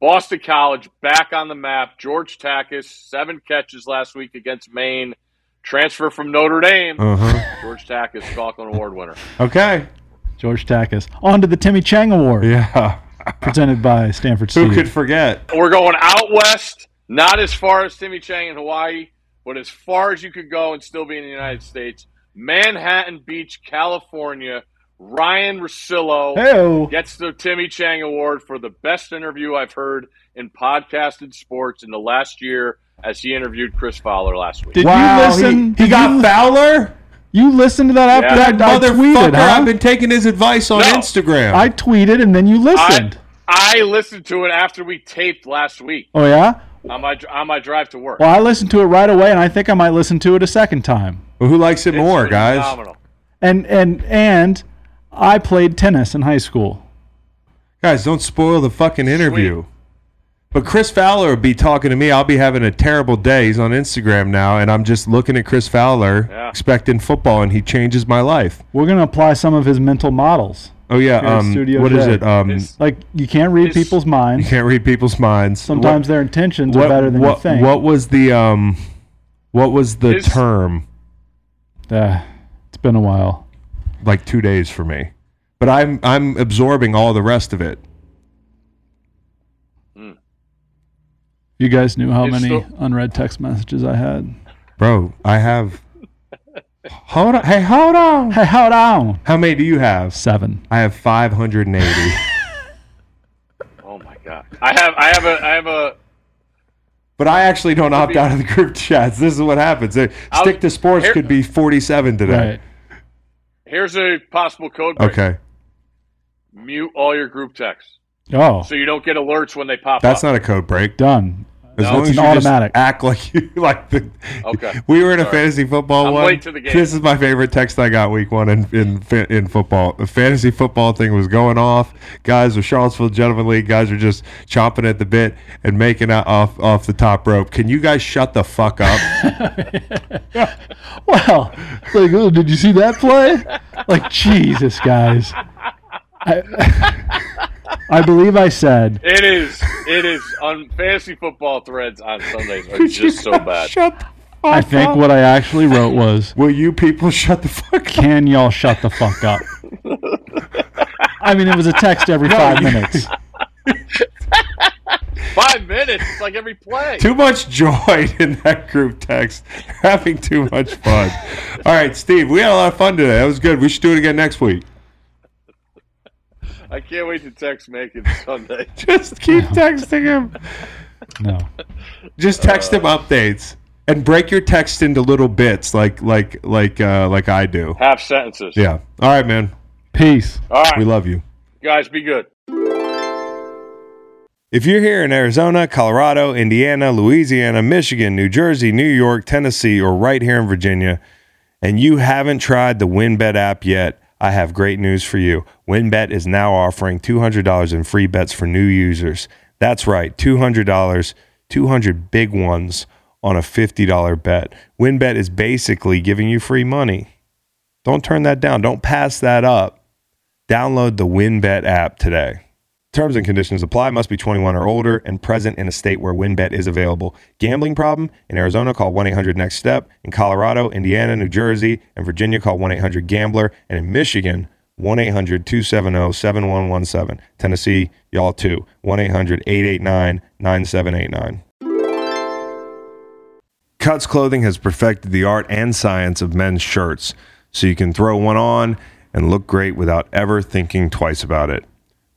F: Boston College back on the map. George Takis, seven catches last week against Maine. Transfer from Notre Dame.
A: Uh huh.
F: George Tack is Coughlin Award winner.
A: okay.
D: George Takis. On to the Timmy Chang Award
A: Yeah.
D: presented by Stanford
A: Who
D: Steve.
A: could forget?
F: We're going out west, not as far as Timmy Chang in Hawaii, but as far as you could go and still be in the United States. Manhattan Beach, California. Ryan Rosillo
D: Hey-o.
F: gets the Timmy Chang Award for the best interview I've heard in podcasted sports in the last year as he interviewed Chris Fowler last week.
D: Did you listen?
A: He, he
D: did
A: got
D: you,
A: Fowler.
D: You listened to that after
F: Yeah.
D: that I tweeted,
A: Motherfucker! I've
D: huh?
A: been taking his advice on
F: No.
A: Instagram.
D: I tweeted and then you listened.
F: I listened to it after we taped last week
D: oh yeah.
F: on my on my drive to work.
D: Well, I listened to it right away, and I think I might listen to it a second time.
A: Well, who likes it
F: It's
A: more, guys?
F: phenomenal.
D: And and and I played tennis in high school.
A: Guys, don't spoil the fucking interview. But Chris Fowler will be talking to me. I'll be having a terrible day. He's on Instagram now, and I'm just looking at Chris Fowler,
F: Yeah.
A: expecting football, and he changes my life.
D: We're gonna apply some of his mental models.
A: Oh yeah,
D: Here's
A: um,
D: Studio
A: what is
D: J.
A: it? Um,
F: It's-
D: Like you can't read
F: It's-
D: people's
A: you
D: minds.
A: can't read people's minds.
D: Sometimes their intentions are better than
A: what,
D: you think.
A: What was the um, what was the
F: It's-
A: term?
D: Uh, it's been a while.
A: Like two days for me, but I'm I'm absorbing all the rest of it.
D: You guys knew how
F: It's
D: many
F: so-
D: unread text messages I had.
A: Bro, I have. hold on. Hey, hold on.
D: Hey, hold on.
A: How many do you have?
D: Seven.
A: I have 580.
F: Oh my god! I have I have a I have a
A: but I actually don't opt out of the group chats. This is what happens. Uh,
F: I'll-
A: Stick to sports
F: here-
A: could be 47 today.
D: Right.
F: here's a possible code. break.
A: Okay.
F: Mute all your group texts
D: Oh,
F: so you don't get alerts when they pop
A: That's
F: up.
A: not a code break.
D: done.
A: As
F: No,
A: long
F: it's
A: as
D: an
A: you just
D: automatic.
A: act like you like the.
F: Okay.
A: We were in a
F: Sorry.
A: fantasy football
F: I'm
A: one.
F: late to the game.
A: This is my favorite text I got week one in in fa- in football. The fantasy football thing was going off. Guys with Charlottesville Gentlemen League guys were just chomping at the bit and making out off off the top rope. Can you guys shut the fuck up?
D: Wow. Like, oh, did you see that play? Like, Jesus, guys. I, I believe I said
F: it is it is on fantasy football threads on Sundays are just so bad.
A: shut the fuck
D: I think
A: up.
D: what I actually wrote was,
A: Will you people shut the fuck up?
D: "Can y'all shut the fuck up?" I mean, it was a text every five
A: you-
D: minutes.
F: Five minutes, it's like every play.
A: Too much joy in that group text. Having too much fun. All right, Steve, we had a lot of fun today. That was good. We should do it again next week.
F: I can't wait to text make it Sunday.
A: Just keep texting him.
D: No,
A: Just text him updates and break your text into little bits, like like like uh, like I do.
F: Half sentences.
A: Yeah. All right, man.
D: peace.
F: All right,
A: We love you.
F: guys, be good.
A: If you're here in Arizona, Colorado, Indiana, Louisiana, Michigan, New Jersey, New York, Tennessee, or right here in Virginia, and you haven't tried the WinBet app yet, I have great news for you. WinBet is now offering $200 in free bets for new users. That's right, $200, 200 big ones on a $50 bet. WinBet is basically giving you free money. Don't turn that down. Don't pass that up. Download the WinBet app today. Terms and conditions apply. Must be 21 or older and present in a state where WinBet is available. Gambling problem? In Arizona, call 1 800 NEXT STEP. In Colorado, Indiana, New Jersey, and Virginia, call 1 800 GAMBLER. And in Michigan, 1 800 270 7117. Tennessee, y'all too. 1 800 889 9789. Cuts Clothing has perfected the art and science of men's shirts, so you can throw one on and look great without ever thinking twice about it.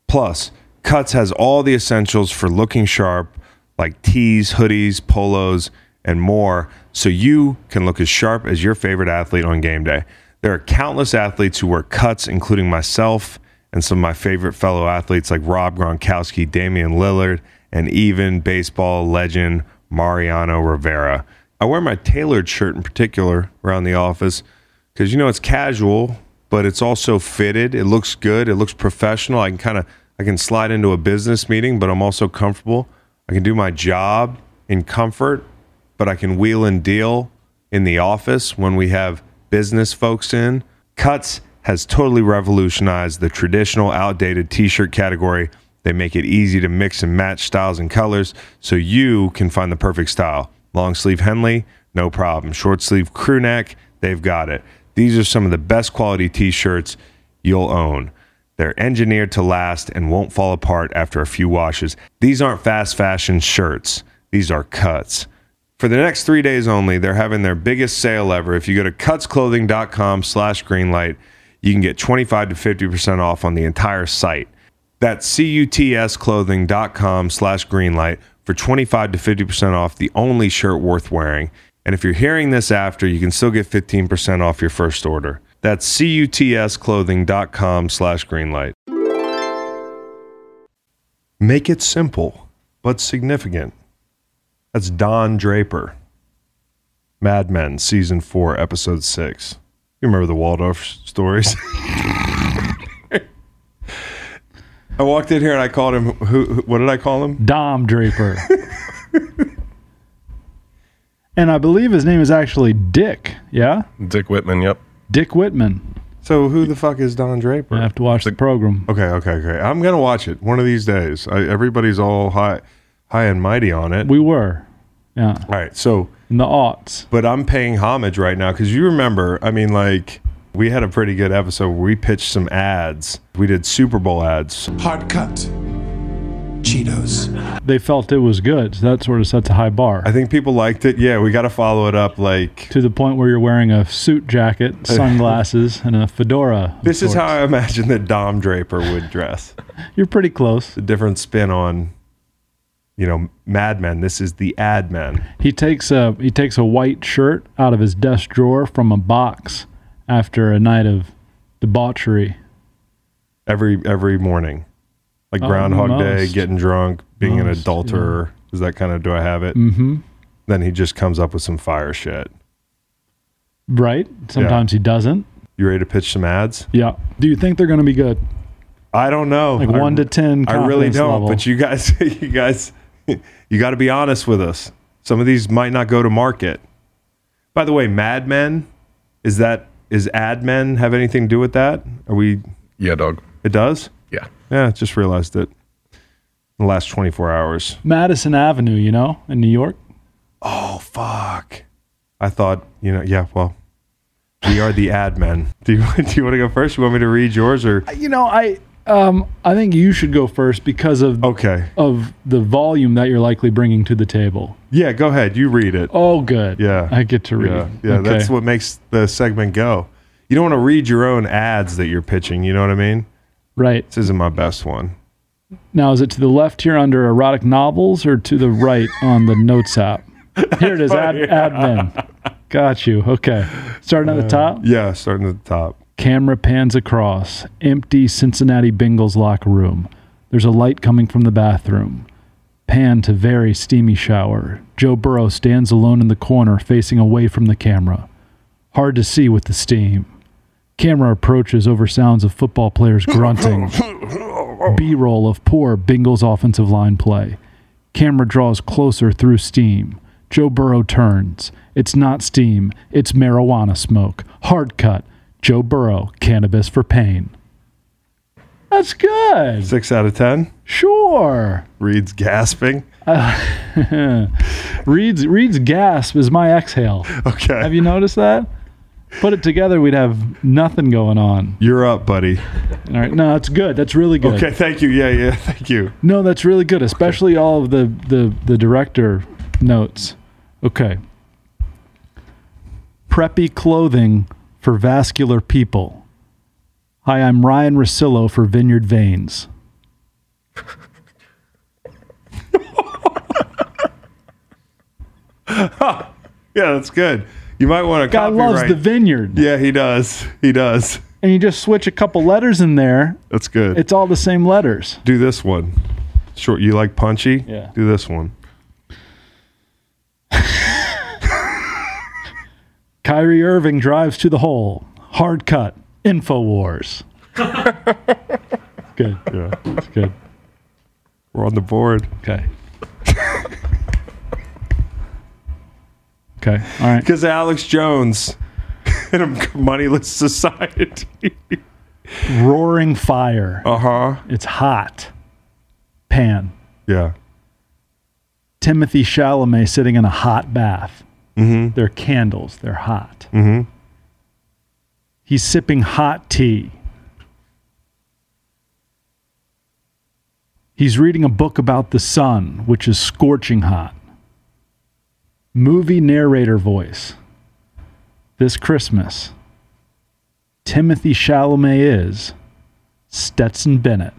A: Plus, Cuts has all the essentials for looking sharp, like tees, hoodies, polos, and more, so you can look as sharp as your favorite athlete on game day. There are countless athletes who wear cuts, including myself and some of my favorite fellow athletes like Rob Gronkowski, Damian Lillard, and even baseball legend Mariano Rivera. I wear my tailored shirt in particular around the office because you know it's casual, but it's also fitted. It looks good. It looks professional. I can kind of I can slide into a business meeting, but I'm also comfortable. I can do my job in comfort, but I can wheel and deal in the office when we have business folks in. Cuts has totally revolutionized the traditional outdated t-shirt category. They make it easy to mix and match styles and colors so you can find the perfect style. Long sleeve Henley, no problem. Short sleeve crew neck, they've got it. These are some of the best quality t shirts you'll own. They're engineered to last and won't fall apart after a few washes. These aren't fast fashion shirts, these are cuts. For the next three days only, they're having their biggest sale ever. If you go to cutsclothing.com slash greenlight, you can get 25 to 50% off on the entire site. That's cutsclothing.com slash greenlight for 25 to 50% off the only shirt worth wearing. And if you're hearing this after, you can still get 15% off your first order. That's cutsclothing.com slash greenlight. Make it simple, but significant. That's Don Draper. Mad Men, Season 4, Episode 6. You remember the Waldorf stories? I walked in here and I called him. Who, who? What did I call him?
D: Dom Draper. and I believe his name is actually Dick. Yeah,
E: Dick Whitman, yep.
D: Dick Whitman.
A: So who the fuck is Don Draper?
D: I have to watch the program.
A: Okay, okay, okay. I'm gonna watch it one of these days. I, everybody's all high, high and mighty on it.
D: We were, yeah,
A: all right. So,
D: in the aughts.
A: but I'm paying homage right now because you remember. I mean, like we had a pretty good episode where we pitched some ads. We did Super Bowl ads.
C: Hard cut. Cheetos.
D: They felt it was good, so that sort of sets a high bar.
A: I think people liked it. Yeah, we got to follow it up. Like
D: to the point where you're wearing a suit jacket, sunglasses, and a fedora. of
A: this is how
D: sorts.
A: I imagine that Dom Draper would dress.
D: you're pretty close.
A: a different spin on, you know, Mad Men. This is the Ad Men.
D: He takes a he takes a white shirt out of his desk drawer from a box after a night of debauchery.
A: every every morning, like Groundhog Day,
D: Oh, most.
A: getting drunk, being an
D: Most,
A: adulterer. Is that kind of do I have it? Mm-hmm. Then he just comes up with some fire shit.
D: Right? Sometimes he doesn't.
A: You ready to pitch some ads?
D: Yeah. Do you think they're going to be good?
A: I don't know.
D: Like
A: I-
D: one to ten.
A: I really
D: confidence
A: don't.
D: level.
A: But you guys, you guys, you got to be honest with us. Some of these might not go to market. By the way, Mad Men, is that is Ad Men have anything to do with that? Are we?
E: Yeah, dog.
A: It does.
E: Yeah.
A: Yeah, just realized it. In the last twenty four hours.
D: Madison Avenue, you know, in New York.
A: Oh fuck! I thought you know. Yeah, well, we are the ad men. Do you do you want to go first? You want me to read yours or
D: You know, I um I think you should go first because of
A: okay?
D: of the volume that you're likely bringing to the table.
A: Yeah, go ahead. You read it.
D: Oh, good.
A: Yeah.
D: I get to read.
A: Yeah, yeah. That's
D: Okay.
A: what makes the segment go. You don't want to read your own ads that you're pitching. You know what I mean?
D: right
A: This isn't my best one.
D: now. Is it to the left here under erotic novels or to the right on the notes app? Here it is. Ad, admin. Got you. Okay. Starting at the top.
A: Yeah, starting at the top.
D: Camera pans across empty Cincinnati Bengals locker room. There's a light coming from the bathroom. Pan to very steamy shower. Joe Burrow stands alone in the corner, facing away from the camera. Hard to see with the steam. Camera approaches over sounds of football players grunting. B roll of poor Bengals offensive line play. Camera draws closer through steam. Joe Burrow turns. It's not steam, it's marijuana smoke. Hard cut. Joe Burrow, cannabis for pain. That's good.
A: Six out of 10.
D: Sure.
A: Reed's gasping.
D: Reed's Reed's gasp is my exhale.
A: Okay.
D: Have you noticed that? Put it together, we'd have nothing going on.
A: You're up, buddy.
D: All right. No, that's good. That's really good.
A: Okay, thank you. Yeah, yeah, thank you.
D: No, that's really good, especially all of the, the, the director notes. Okay. Preppy clothing for vascular people. Hi, I'm Ryan Rosillo for Vineyard Veins.
A: Yeah, that's good. You might want to
D: Guy
A: copyright.
D: loves the vineyard.
A: yeah, he does. He does.
D: And you just switch a couple letters in there,
A: That's good.
D: it's all the same letters.
A: Do this one. Short. You like punchy?
D: Yeah.
A: Do this one.
D: Kyrie Irving drives to the hole. Hard cut. InfoWars. good.
A: Yeah.
D: That's good.
A: We're on the board.
D: Okay. okay. All right.
A: Because Alex Jones in a moneyless society.
D: Roaring fire.
A: Uh huh.
D: It's hot. Pan.
A: Yeah.
D: Timothy Chalamet sitting in a hot bath. Mm-hmm. They're candles. They're hot. Mm-hmm. He's sipping hot tea. He's reading a book about the sun, which is scorching hot. Movie narrator voice. This Christmas, Timothy Chalamet is Stetson Bennett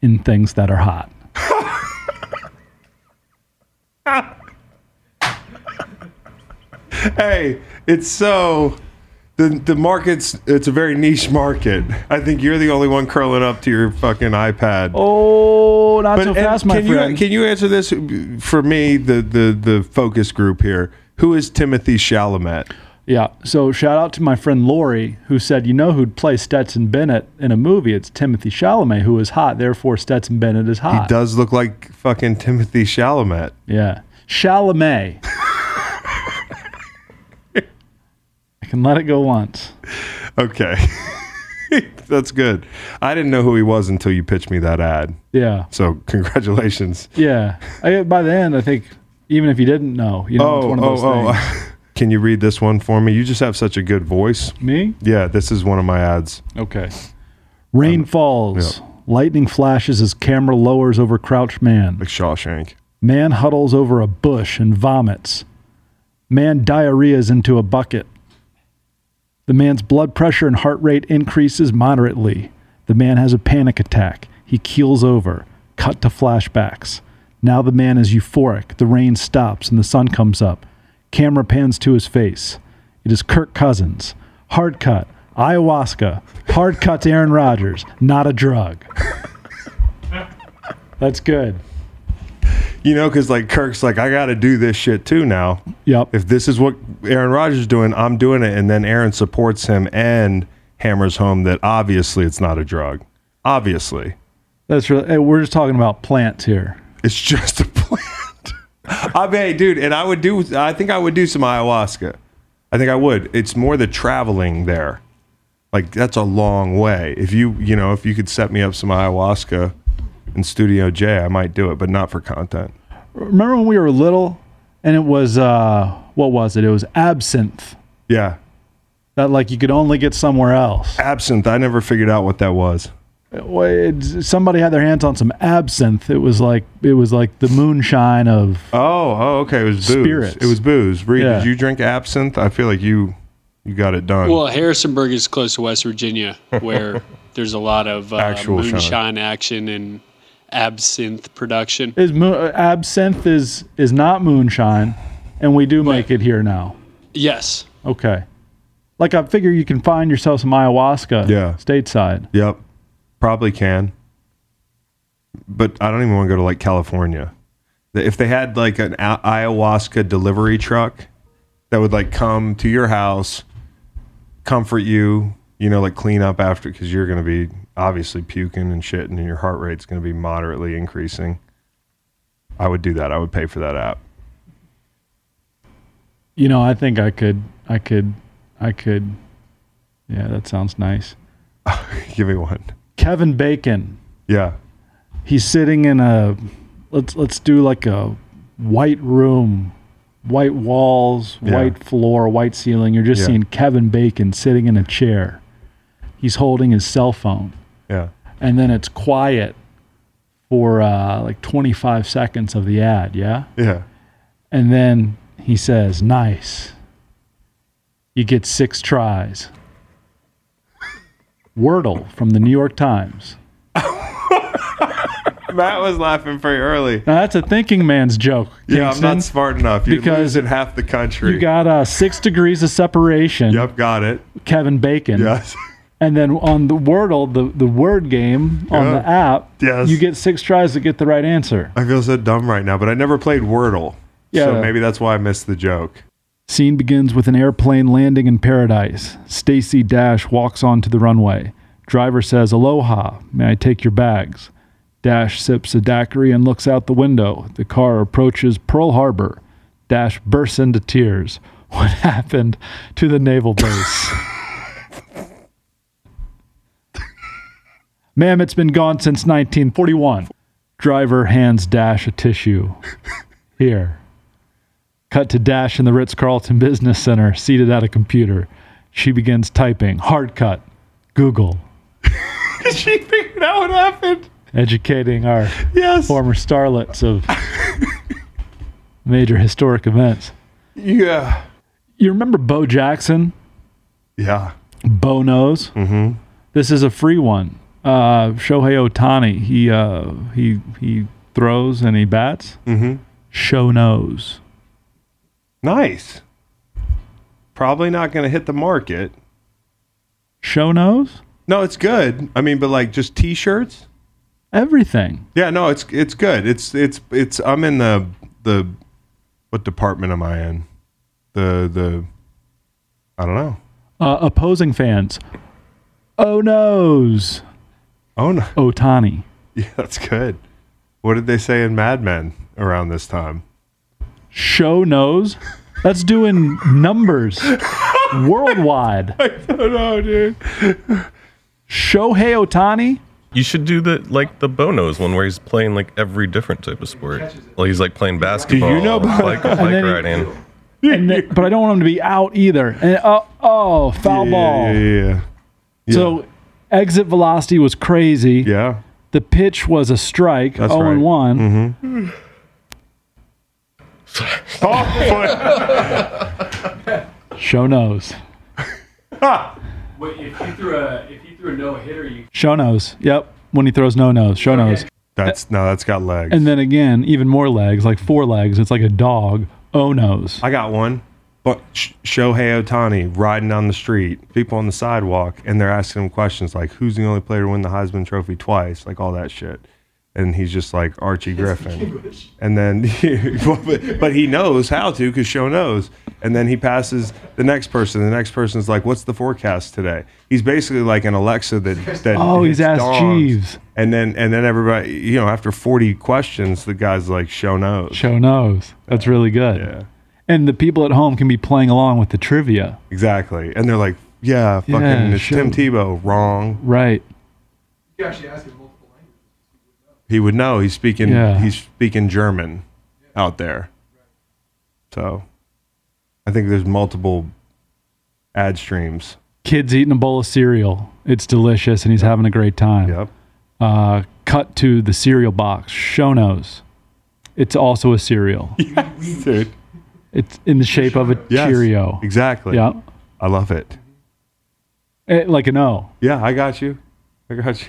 D: in Things That Are Hot.
A: Hey, it's so. The, the market's it's a very niche market. I think you're the only one curling up to your fucking iPad.
D: Oh, not so
A: and
D: fast, my
A: can
D: friend.
A: You, can you answer this for me, the, the, the focus group here? Who is Timothy Chalamet?
D: Yeah. So shout out to my friend Lori, who said, you know who'd play Stetson Bennett in a movie? It's Timothy Chalamet, who is hot. Therefore, Stetson Bennett is hot.
A: He does look like fucking Timothy Chalamet.
D: Yeah. Chalamet. I can let it go once.
A: Okay. That's good. I didn't know who he was until you pitched me that ad.
D: Yeah.
A: So congratulations.
D: Yeah. I, by the end, I think even if you didn't know, you know, it's
A: Oh,
D: one of
A: oh,
D: those things.
A: oh. Can you read this one for me? You just have such a good voice.
D: Me?
A: Yeah, this is one of my ads.
D: Okay.
A: Um,
D: Rain falls. Lightning flashes as camera lowers over Crouch Man.
A: Like Shawshank.
D: Man huddles over a bush and vomits. Man diarrheas into a bucket. The man's blood pressure and heart rate increases moderately. The man has a panic attack. He keels over. Cut to flashbacks. Now the man is euphoric. The rain stops and the sun comes up. Camera pans to his face. It is Kirk Cousins. Hard cut. Ayahuasca. Hard cut's Aaron Rodgers. Not a drug. That's good.
A: You know, because like Kirk's like, I got to do this shit too now.
D: Yep.
A: If this is what Aaron Rodgers is doing, I'm doing it. And then Aaron supports him and hammers home that obviously it's not a drug. Obviously.
D: That's really. hey, We're just talking about plants here.
A: It's just a plant. I mean, dude, and I would do. I think I would do some ayahuasca. I think I would. It's more the traveling there. Like that's a long way. If you, you know, if you could set me up some ayahuasca in Studio J, I might do it, but not for content.
D: Remember when we were little, and it was uh, what was it? It was absinthe
A: Yeah,
D: that like you could only get somewhere else.
A: absinthe. I never figured out what that was.
D: Well, it's- somebody had their hands on some absinthe. It was like it was like the moonshine of.
A: Oh, oh, okay. It was booze.
D: Spirits.
A: It was booze. Reed,
D: Yeah.
A: did you drink absinthe? I feel like you, you got it done.
G: Well, Harrisonburg is close to West Virginia, where there's a lot of uh,
A: Actual shine.
G: moonshine action and absinthe production.
D: Is mo- absinthe is is not moonshine, and we do make it here now.
G: Yes.
D: Okay. Like I figure you can find yourself some ayahuasca.
A: Yeah.
D: Stateside.
A: Yep. Probably can. But I don't even want to go to like California. If they had like an a- ayahuasca delivery truck that would like come to your house, comfort you, you know, like clean up after because you're going to be obviously puking and shit and your heart rate's going to be moderately increasing. I would do that. I would pay for that app.
D: You know, I think I could. I could. I could. Yeah, that sounds nice.
A: Give me one.
D: Kevin Bacon.
A: Yeah.
D: He's sitting in a let's let's do like a white room, white walls,
A: Yeah.
D: white floor, white ceiling. You're just
A: Yeah.
D: seeing Kevin Bacon sitting in a chair. He's holding his cell phone,
A: Yeah.
D: and then it's quiet for uh, like 25 seconds of the ad. Yeah.
A: Yeah.
D: And then he says, Nice. You get six tries. Wordle from the New York Times.
A: Matt was laughing pretty early.
D: Now, that's a thinking man's joke.
A: Yeah, I'm
D: Kingston.
A: not smart enough. You
D: Because
A: lose in half the country.
D: You got uh, six degrees of separation,
A: yep, got it.
D: Kevin Bacon.
A: Yes.
D: And then on the Wordle, the, the word game on
A: Yeah.
D: the app,
A: Yes.
D: you get six tries to get the right answer.
A: I feel so dumb right now, but I never played Wordle. So
D: Yeah.
A: maybe that's why I missed the joke.
D: Scene begins with an airplane landing in paradise. Stacy Dash walks onto the runway. Driver says, "Aloha, may I take your bags?" Dash sips a daiquiri and looks out the window. The car approaches Pearl Harbor. Dash bursts into tears. What happened to the naval base? Ma'am, it's been gone since 1941. Driver hands Dash a tissue. Here. Cut to Dash in the Ritz Carlton Business Center, seated at a computer. She begins typing. Hard cut. Google.
A: she figured out what happened.
D: Educating our
A: Yes.
D: former starlets of major historic events.
A: Yeah.
D: You remember Bo Jackson?
A: Yeah.
D: Bo knows. Mm-hmm. This is a free one. Uh, Shohei Otani. He uh, he he throws and he bats. Mm-hmm. Show knows.
A: Nice. Probably not going to hit the market.
D: Show knows
A: No, it's good. I mean, but like just t-shirts?
D: everything.
A: Yeah, no, it's it's good. It's it's it's I'm in the the what department am I in? The the I don't know.
D: Uh, opposing fans. Oh knows
A: Oh no.
D: Otani.
A: Yeah, that's good. What did they say in Mad Men around this time?
D: Show knows. That's doing numbers worldwide.
A: I don't know, dude.
D: Shohei Otani.
E: You should do the like the Bono's one where he's playing like every different type of sport. Well, he's like playing basketball,
A: know about-
E: bike, bike
D: then he-
E: riding.
D: And th- but I don't want him to be out either. And oh, oh foul ball.
A: Yeah, yeah,
D: So exit velocity was crazy.
A: yeah. yeah.
D: The pitch was a strike,
A: That's
D: 0 and
A: right. Mm-hmm.
D: 1. Show knows.
G: Wait, if you threw a if you threw a no hitter, you
D: Show knows. Yep. When he throws no knows. Show knows.
A: That's no, that's got legs.
D: And then again, even more legs, like four legs. It's like a dog. Oh knows.
A: I got one. But Sh- Shohei Otani riding down the street, people on the sidewalk, and they're asking him questions like, "Who's the only player to win the Heisman Trophy twice?" Like all that shit, and he's just like Archie Griffin. And then, but, but he knows how to because Show knows. And then he passes the next person. The next person's like, "What's the forecast today?" He's basically like an Alexa that that.
D: Oh, he's
A: hits
D: asked
A: dongs.
D: Jeeves.
A: And then and then everybody, you know, after forty questions, the guy's like, "Show knows."
D: Show knows. That's really good.
A: Yeah.
D: And the people at home can be playing along with the trivia.
A: Exactly. And they're like, yeah, fucking
D: Yeah,
A: it's Tim Tebow. Wrong.
D: Right.
A: He would know. He's speaking
D: Yeah.
A: he's speaking German out there. So I think there's multiple ad streams.
D: Kid's eating a bowl of cereal. It's delicious and he's having a great time.
A: Yep.
D: Uh, cut to the cereal box. Show knows. It's also a cereal.
A: Dude.
D: It's in the shape of a
A: Yes.
D: Cheerio.
A: Exactly.
D: Yeah.
A: I love it.
D: Eh, like an O.
A: Yeah, I got you. I got you.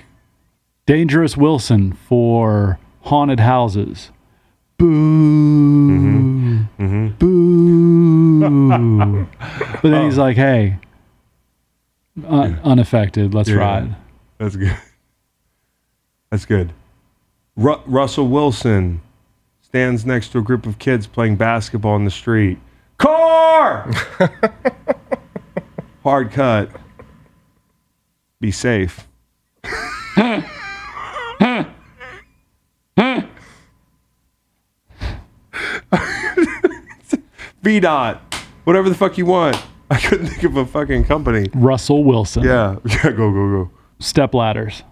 D: Dangerous Wilson for haunted houses. Boo.
A: Mm-hmm.
D: Boo. but then he's like, hey, un- unaffected. Let's
A: Yeah.
D: ride.
A: That's good. That's good. Ru- Russell Wilson stands next to a group of kids playing basketball in the street. Car! Hard cut. Be safe. VDOT. Whatever the fuck you want. I couldn't think of a fucking company.
D: Russell Wilson.
A: Yeah. Yeah, go, go, go.
D: Step ladders.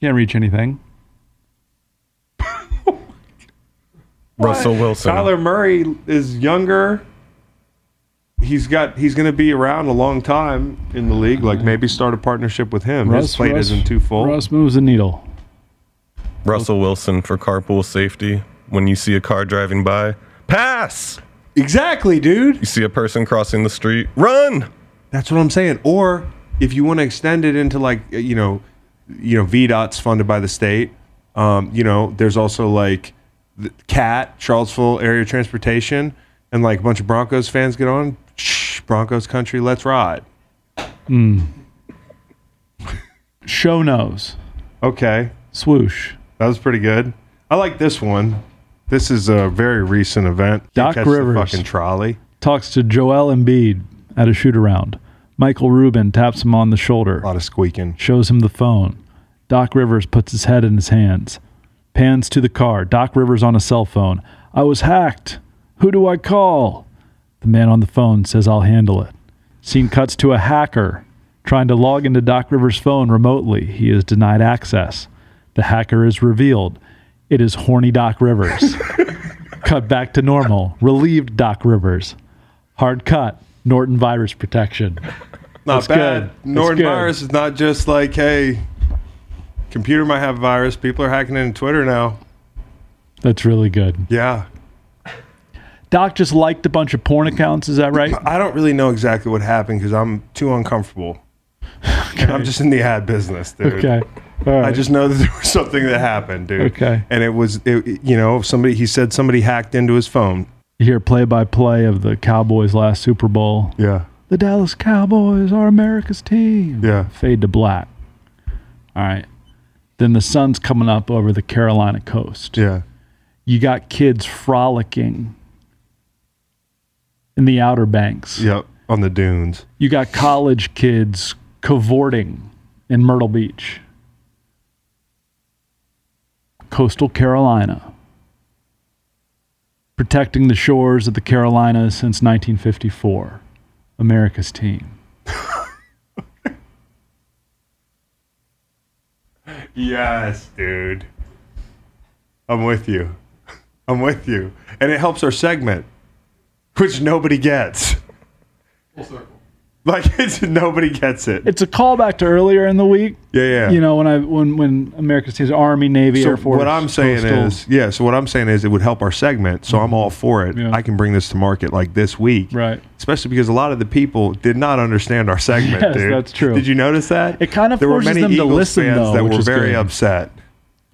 D: Can't reach anything.
E: Russell Wilson.
D: uh,
A: Kyler Murray is younger. He's got. He's going to be around a long time in the league. Like maybe start a partnership with him. His plate isn't too full.
D: Russ moves the needle.
E: Russell Wilson for carpool safety. When you see a car driving by, pass.
A: Exactly, dude.
E: You see a person crossing the street, run.
A: That's what I'm saying. Or if you want to extend it into like uh, you know, you know, VDOT's funded by the state. Um, you know, there's also like the CAT, Charlottesville Area Transportation, and like a bunch of Broncos fans get on. Shh, Broncos country, let's ride.
D: Show nose.
A: Okay,
D: Swoosh.
A: that was pretty good. I like this one. This is a very recent event. You
D: Doc
A: catch the
D: Rivers.
A: fucking trolley.
D: Talks to Joel Embiid at a shoot around. Michael Rubin taps him on the shoulder.
A: A lot of squeaking.
D: shows him the phone. Doc Rivers puts his head in his hands, pans to the car. Doc Rivers on a cell phone. I was hacked. Who do I call? The man on the phone says, I'll handle it. Scene cuts to a hacker trying to log into Doc Rivers' phone remotely. He is denied access. The hacker is revealed. It is horny Doc Rivers. cut back to normal. Relieved Doc Rivers. Hard cut. Norton virus protection.
A: Not
D: good.
A: bad.
D: That's
A: Norton
D: good.
A: virus is not just like, hey, computer might have a virus. People are hacking into Twitter now.
D: That's really good.
A: Yeah.
D: Doc just liked a bunch of porn accounts. Is that right?
A: I don't really know exactly what happened because I'm too uncomfortable. And I'm just in the ad business, dude.
D: Okay. All right.
A: I just know that there was something that happened, dude.
D: Okay.
A: And it was, it, it- you know, somebody, he said somebody hacked into his phone.
D: you hear play by play of the Cowboys last Super Bowl.
A: Yeah.
D: The Dallas Cowboys are America's team.
A: Yeah.
D: Fade to black. All right. Then the sun's coming up over the Carolina coast.
A: Yeah.
D: You got kids frolicking in the Outer Banks.
A: Yep. On the dunes.
D: You got college kids cavorting in Myrtle Beach, coastal Carolina, protecting the shores of the Carolinas since 1954. America's team.
A: Yes, dude. I'm with you. I'm with you. And it helps our segment, which nobody gets. Full circle. Like, it's, nobody gets it.
D: It's a callback to earlier in the week.
A: Yeah, yeah.
D: You know when I when when America's team's Army, Navy,
A: So
D: Air Force.
A: What I'm saying
D: Coastal.
A: is, yeah. So what I'm saying is, it would help our segment. So I'm all for it.
D: Mm-hmm. Yeah.
A: I can bring this to market like this week,
D: Right.
A: Especially because a lot of the people did not understand our segment.
D: Yes,
A: dude.
D: that's true.
A: Did you notice that?
D: It kind of
A: there were
D: forces
A: many
D: them to
A: Eagles
D: listen,
A: fans
D: though,
A: that
D: which
A: were
D: is
A: very
D: good.
A: upset.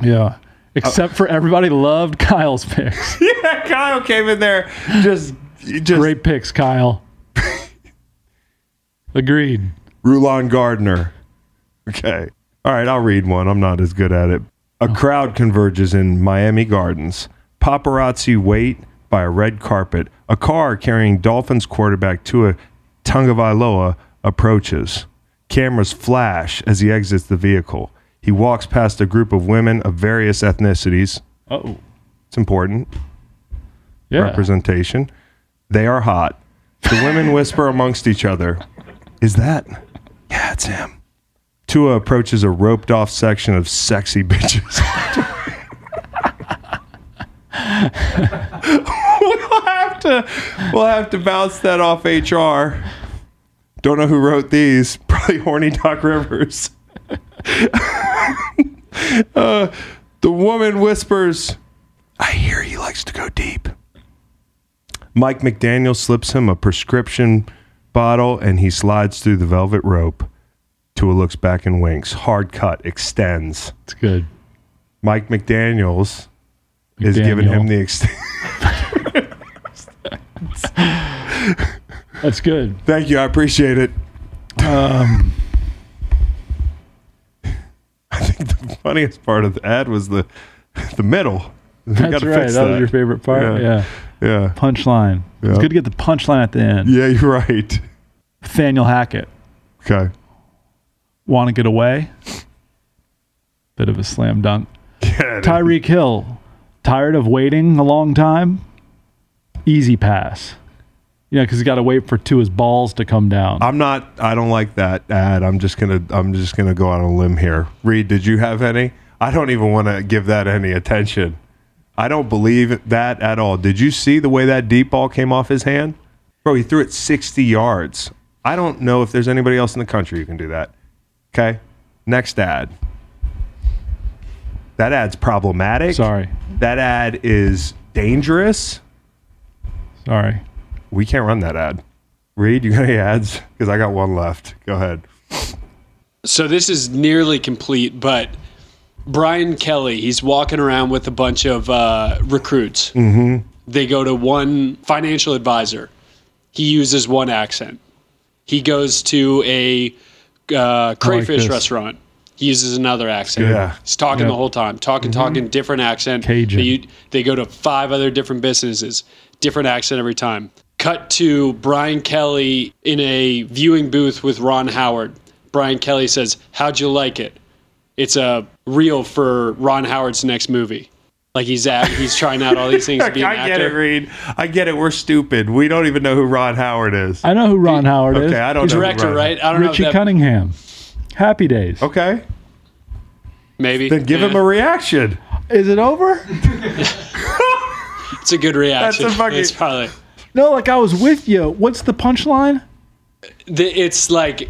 D: yeah. Except for everybody loved Kyle's picks.
A: yeah, Kyle came in there just just
D: Great picks, Kyle. Agreed.
A: Rulon Gardner. Okay. All right, I'll read one. I'm not as good at it. A crowd converges in Miami Gardens. Paparazzi wait by a red carpet. A car carrying Dolphins quarterback Tua Tungavailoa approaches. Cameras flash as he exits the vehicle. He walks past a group of women of various ethnicities.
D: Oh.
A: It's important
D: Yeah.
A: representation. They are hot. The women whisper amongst each other, Is that? Yeah, it's him. Tua approaches a roped off section of sexy bitches. we'll have to we'll have to bounce that off HR. Don't know who wrote these. Probably horny Doc Rivers. Uh, the woman whispers, I hear he likes to go deep. Mike McDaniel slips him a prescription bottle and he slides through the velvet rope. Tua looks back and winks. Hard cut extends.
D: It's good.
A: Mike McDaniels is giving
D: McDaniel.
A: him the extend.
D: That's good.
A: Thank you. I appreciate it.
D: Um.
A: I think the funniest part of the ad was the the middle. We
D: That's
A: gotta
D: right. That,
A: fix
D: was your favorite part.
A: Yeah.
D: Yeah.
A: Yeah.
D: Punchline. It's
A: Yeah.
D: good to get the punchline at the end.
A: Yeah, you're right.
D: Nathaniel Hackett.
A: Okay.
D: Want to get away? Bit of a slam dunk.
A: Yeah, dude.
D: Tyreek Hill. Tired of waiting a long time? Easy pass. you know, because he's got to wait for two his balls to come down.
A: I'm not. I don't like that ad. I'm just gonna. I'm just gonna go out on a limb here. Reed, did you have any? I don't even want to give that any attention. I don't believe that at all. Did you see the way that deep ball came off his hand, bro? He threw it 60 yards. I don't know if there's anybody else in the country who can do that. Okay, next ad. That ad's problematic.
D: Sorry.
A: That ad is dangerous.
D: Sorry.
A: We can't run that ad. Reed, you got any ads? Because I got one left. Go ahead.
G: So this is nearly complete, but Brian Kelly, he's walking around with a bunch of uh, recruits. Mm-hmm. They go to one financial advisor. He uses one accent. He goes to a uh, crayfish
D: this.
G: restaurant. He uses another accent.
A: Yeah. Mm-hmm.
G: He's talking the
D: Yeah.
G: whole time, talking, talking, different accent.
D: Cajun.
G: They, u- they go to five other different businesses, different accent every time. Cut to Brian Kelly in a viewing booth with Ron Howard. Brian Kelly says, How'd you like it? It's a reel for Ron Howard's next movie. Like he's at, he's trying out all these things to be an
A: I
G: actor.
A: get it, Reed. I get it. We're stupid. We don't even know who Ron Howard is.
D: I know who Ron Howard is.
A: okay, I don't
G: He's a
A: know. who
G: director,
A: Ron-
G: right? I don't
D: Richie
G: know. If that,
D: Cunningham. Happy days.
A: Okay,
G: maybe.
A: then give him
G: Yeah.
A: a reaction.
D: Is it over?
G: It's a good reaction.
A: That's a fucking-
G: it's probably.
D: No, like I was with you. What's the punchline?
G: the- It's like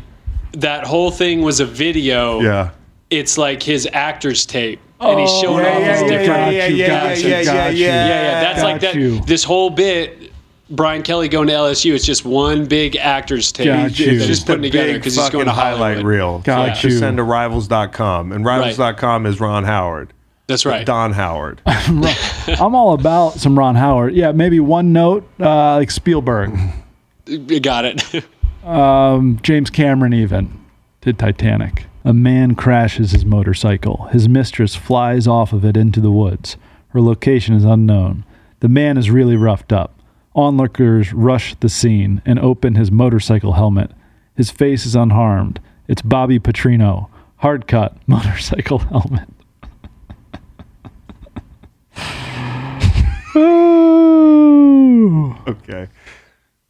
G: that whole thing was a video.
A: Yeah.
G: It's like his actor's tape, and he's showing
D: Oh, yeah,
G: off
D: yeah,
G: his
D: yeah,
G: different.
D: yeah, yeah, yeah, yeah, yeah, yeah.
G: Yeah, yeah, that's
D: Got
G: like that.
D: you.
G: This whole bit, Brian Kelly going to LSU, it's just one big actor's tape.
D: Got
G: that
D: you.
G: he's
D: Just
G: putting together because he's going to
A: highlight
G: Hollywood.
A: reel.
D: Got
A: Like, just
D: you.
A: Send to rivals.com, and rivals.com is Ron Howard,
G: That's right.
A: Don Howard.
D: I'm all about some Ron Howard. Yeah, maybe one note, uh, like Spielberg,
G: You got it.
D: James Cameron, even did Titanic. A man crashes his motorcycle. His mistress flies off of it into the woods. Her location is unknown. The man is really roughed up. Onlookers rush the scene and open his motorcycle helmet. His face is unharmed. It's Bobby Petrino. Hard cut motorcycle helmet. Ooh.
A: Okay,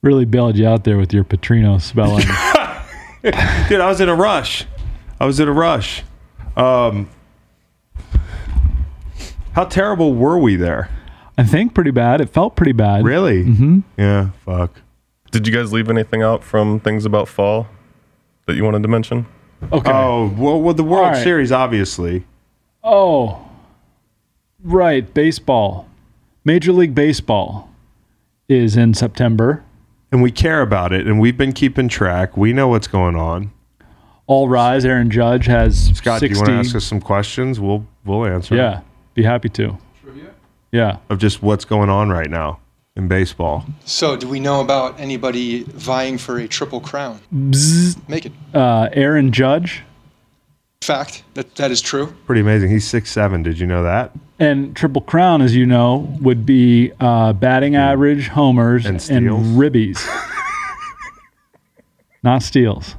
D: Really bailed you out there with your Petrino spelling.
A: dude, I was in a rush. I was in a rush. Um, how terrible were we there?
D: I think pretty bad. It felt pretty bad.
A: Really? Mm-hmm. Yeah. Fuck.
E: Did you guys leave anything out from things about fall that you wanted to mention?
D: Okay.
A: Oh well, well the World
D: All right.
A: Series, obviously.
D: Oh, right. Baseball. Major League Baseball is in September.
A: and we care about it and we've been keeping track. We know what's going on.
D: All rise. Aaron Judge has
A: Scott,
D: 60.
A: do you want to ask us some questions? We'll we'll answer.
D: Yeah, be happy to. Yeah.
A: Of just what's going on right now in baseball.
H: So, do we know about anybody vying for a triple crown?
D: Bzz.
H: Make it
D: Uh, Aaron Judge
H: fact that that is true.
A: Pretty amazing. He's six seven. Did you know that?
D: and Triple Crown, as you know, would be uh, batting average, homers, and,
A: steals.
D: ribbies, not steals.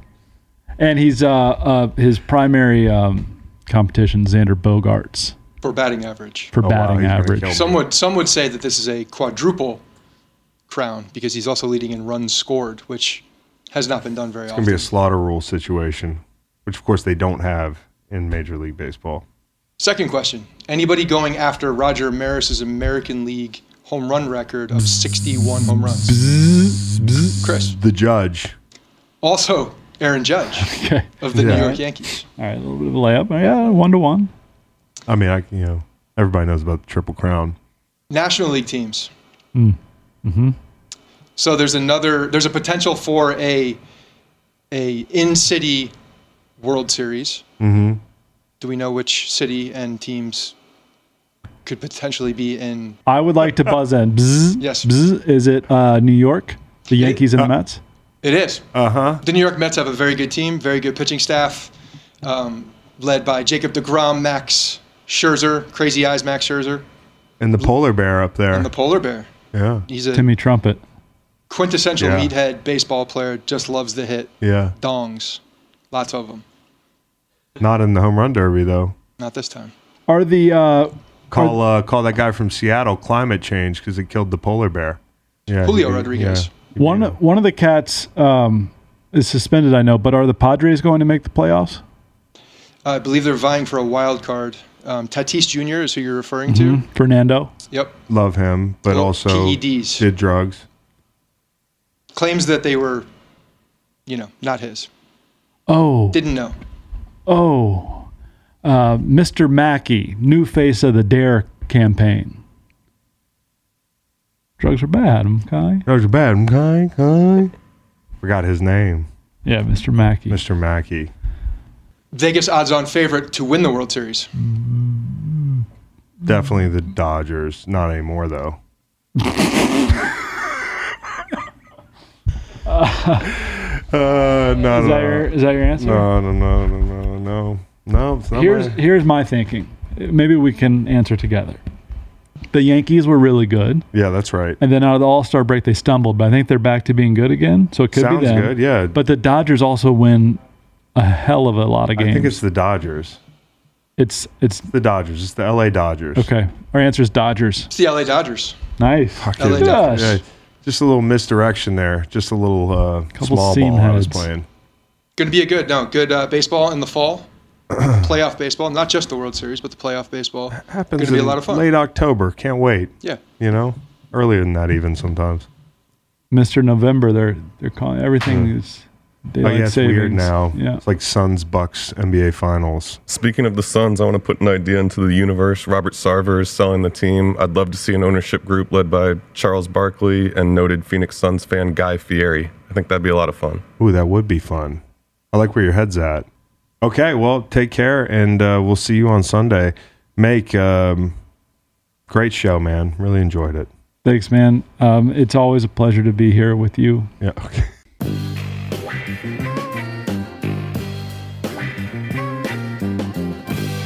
D: And he's uh, uh, his primary um, competition, Xander Bogarts,
H: for batting average.
D: for
A: Oh, wow,
D: batting
A: he's gonna
D: average.
A: kill me.
H: Some would, some would say that this is a quadruple crown because he's also leading in runs scored, which has not been done very
A: It's
H: often.
A: gonna be a slaughter rule situation, which of course they don't have in Major League Baseball.
H: Second question Anybody going after Roger Maris's American League home run record of 61 home runs? Chris.
A: The judge.
H: Also, Aaron Judge
D: Okay.
H: of the
A: Yeah.
H: New York Yankees.
D: All right, a little bit of a layup. Oh, Yeah, one to one.
A: I mean, I you know everybody knows about the Triple Crown.
H: National League teams. So there's another. There's a potential for a a in-city World Series. Mm-hmm. Do we know which city and teams could potentially be in?
D: I would like to buzz in. Bzz,
H: Yes.
D: Bzz. Is it uh, New York, the Yankees and the Mets?
H: It is. Uh huh. The New York Mets have a very good team, very good pitching staff, um, led by Jacob DeGrom, Max Scherzer, Crazy Eyes, Max Scherzer,
A: And the polar bear up there.
H: and the polar bear.
A: yeah.
H: He's a
D: Timmy Trumpet.
H: quintessential
A: Yeah.
H: meathead baseball player. Just loves the hit.
A: Yeah.
H: Dongs, lots of them.
A: Not in the home run derby though.
H: Not this time.
D: Are the uh,
A: Call uh, call that guy from Seattle climate change because it killed the polar bear. Yeah,
H: Julio
A: he-
H: Rodriguez.
A: yeah.
D: One one of the cats um, is suspended, I know, but are the Padres going to make the playoffs?
H: I believe they're vying for a wild card. Um, Tatis Jr. is who you're referring
A: Mm-hmm.
H: to.
D: Fernando.
H: Yep.
A: Love him, but
H: Well, E
A: also
H: PEDs.
A: did drugs.
H: Claims that they were, you know, not his.
D: Oh,
H: Didn't know.
D: oh, uh, Mr. Mackey, new face of the Dare campaign. Drugs are bad, okay?
A: Drugs are bad. Okay, okay. Forgot his name,
D: Yeah, Mr. Mackey.
A: Mr. Mackey.
H: Vegas odds-on favorite to win the World Series.
A: Definitely the Dodgers. Not anymore though. uh, no,
D: Is
A: no,
D: that your, is that your answer?
A: no, no, no, no, no, no, no. It's not
D: Here's
A: my-
D: here's my thinking. Maybe we can answer together. The Yankees were really good,
A: yeah, that's right.
D: and then out of the All Star break they stumbled, but I think they're back to being good again. So it could
A: Sounds
D: be them.
A: good. Yeah,
D: But the Dodgers also win a hell of a lot of games.
A: I think it's the Dodgers.
D: it's it's
A: The Dodgers. It's the L.A. Dodgers.
D: okay. Our answer is Dodgers.
H: It's the LA Dodgers.
D: Nice.
A: Yeah,
H: LA
D: Dodgers.
A: yeah, just a little misdirection there. Just a little uh, small
D: seam
A: ball I was
D: heads.
A: playing.
H: Going to be a good, no, good uh, baseball in the fall. playoff baseball, not just the World Series, but the playoff baseball.
A: Happens
H: Gonna be a
A: in
H: lot of fun.
A: Late October. Can't wait.
H: Yeah.
A: You know, earlier than that even sometimes.
D: Mr. November. They're they're calling everything is.
A: Oh
D: Daylight
A: yeah, it's
D: savings.
A: weird now.
D: Yeah.
A: It's like Suns Bucks NBA Finals.
E: Speaking of the Suns, I want to put an idea into the universe. Robert Sarver is selling the team. I'd love to see an ownership group led by Charles Barkley and noted Phoenix Suns fan Guy Fieri. I think that'd be a lot of fun.
A: Ooh, that would be fun. I like where your head's at. Okay, well, take care, and uh, we'll see you on Sunday. Make um, great show, man. Really enjoyed it.
D: Thanks, man. Um, it's always a pleasure to be here with you.
A: Yeah. Okay.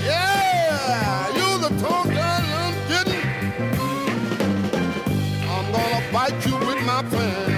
C: Yeah, you the tongue that I'm getting. I'm gonna bite you with my pen.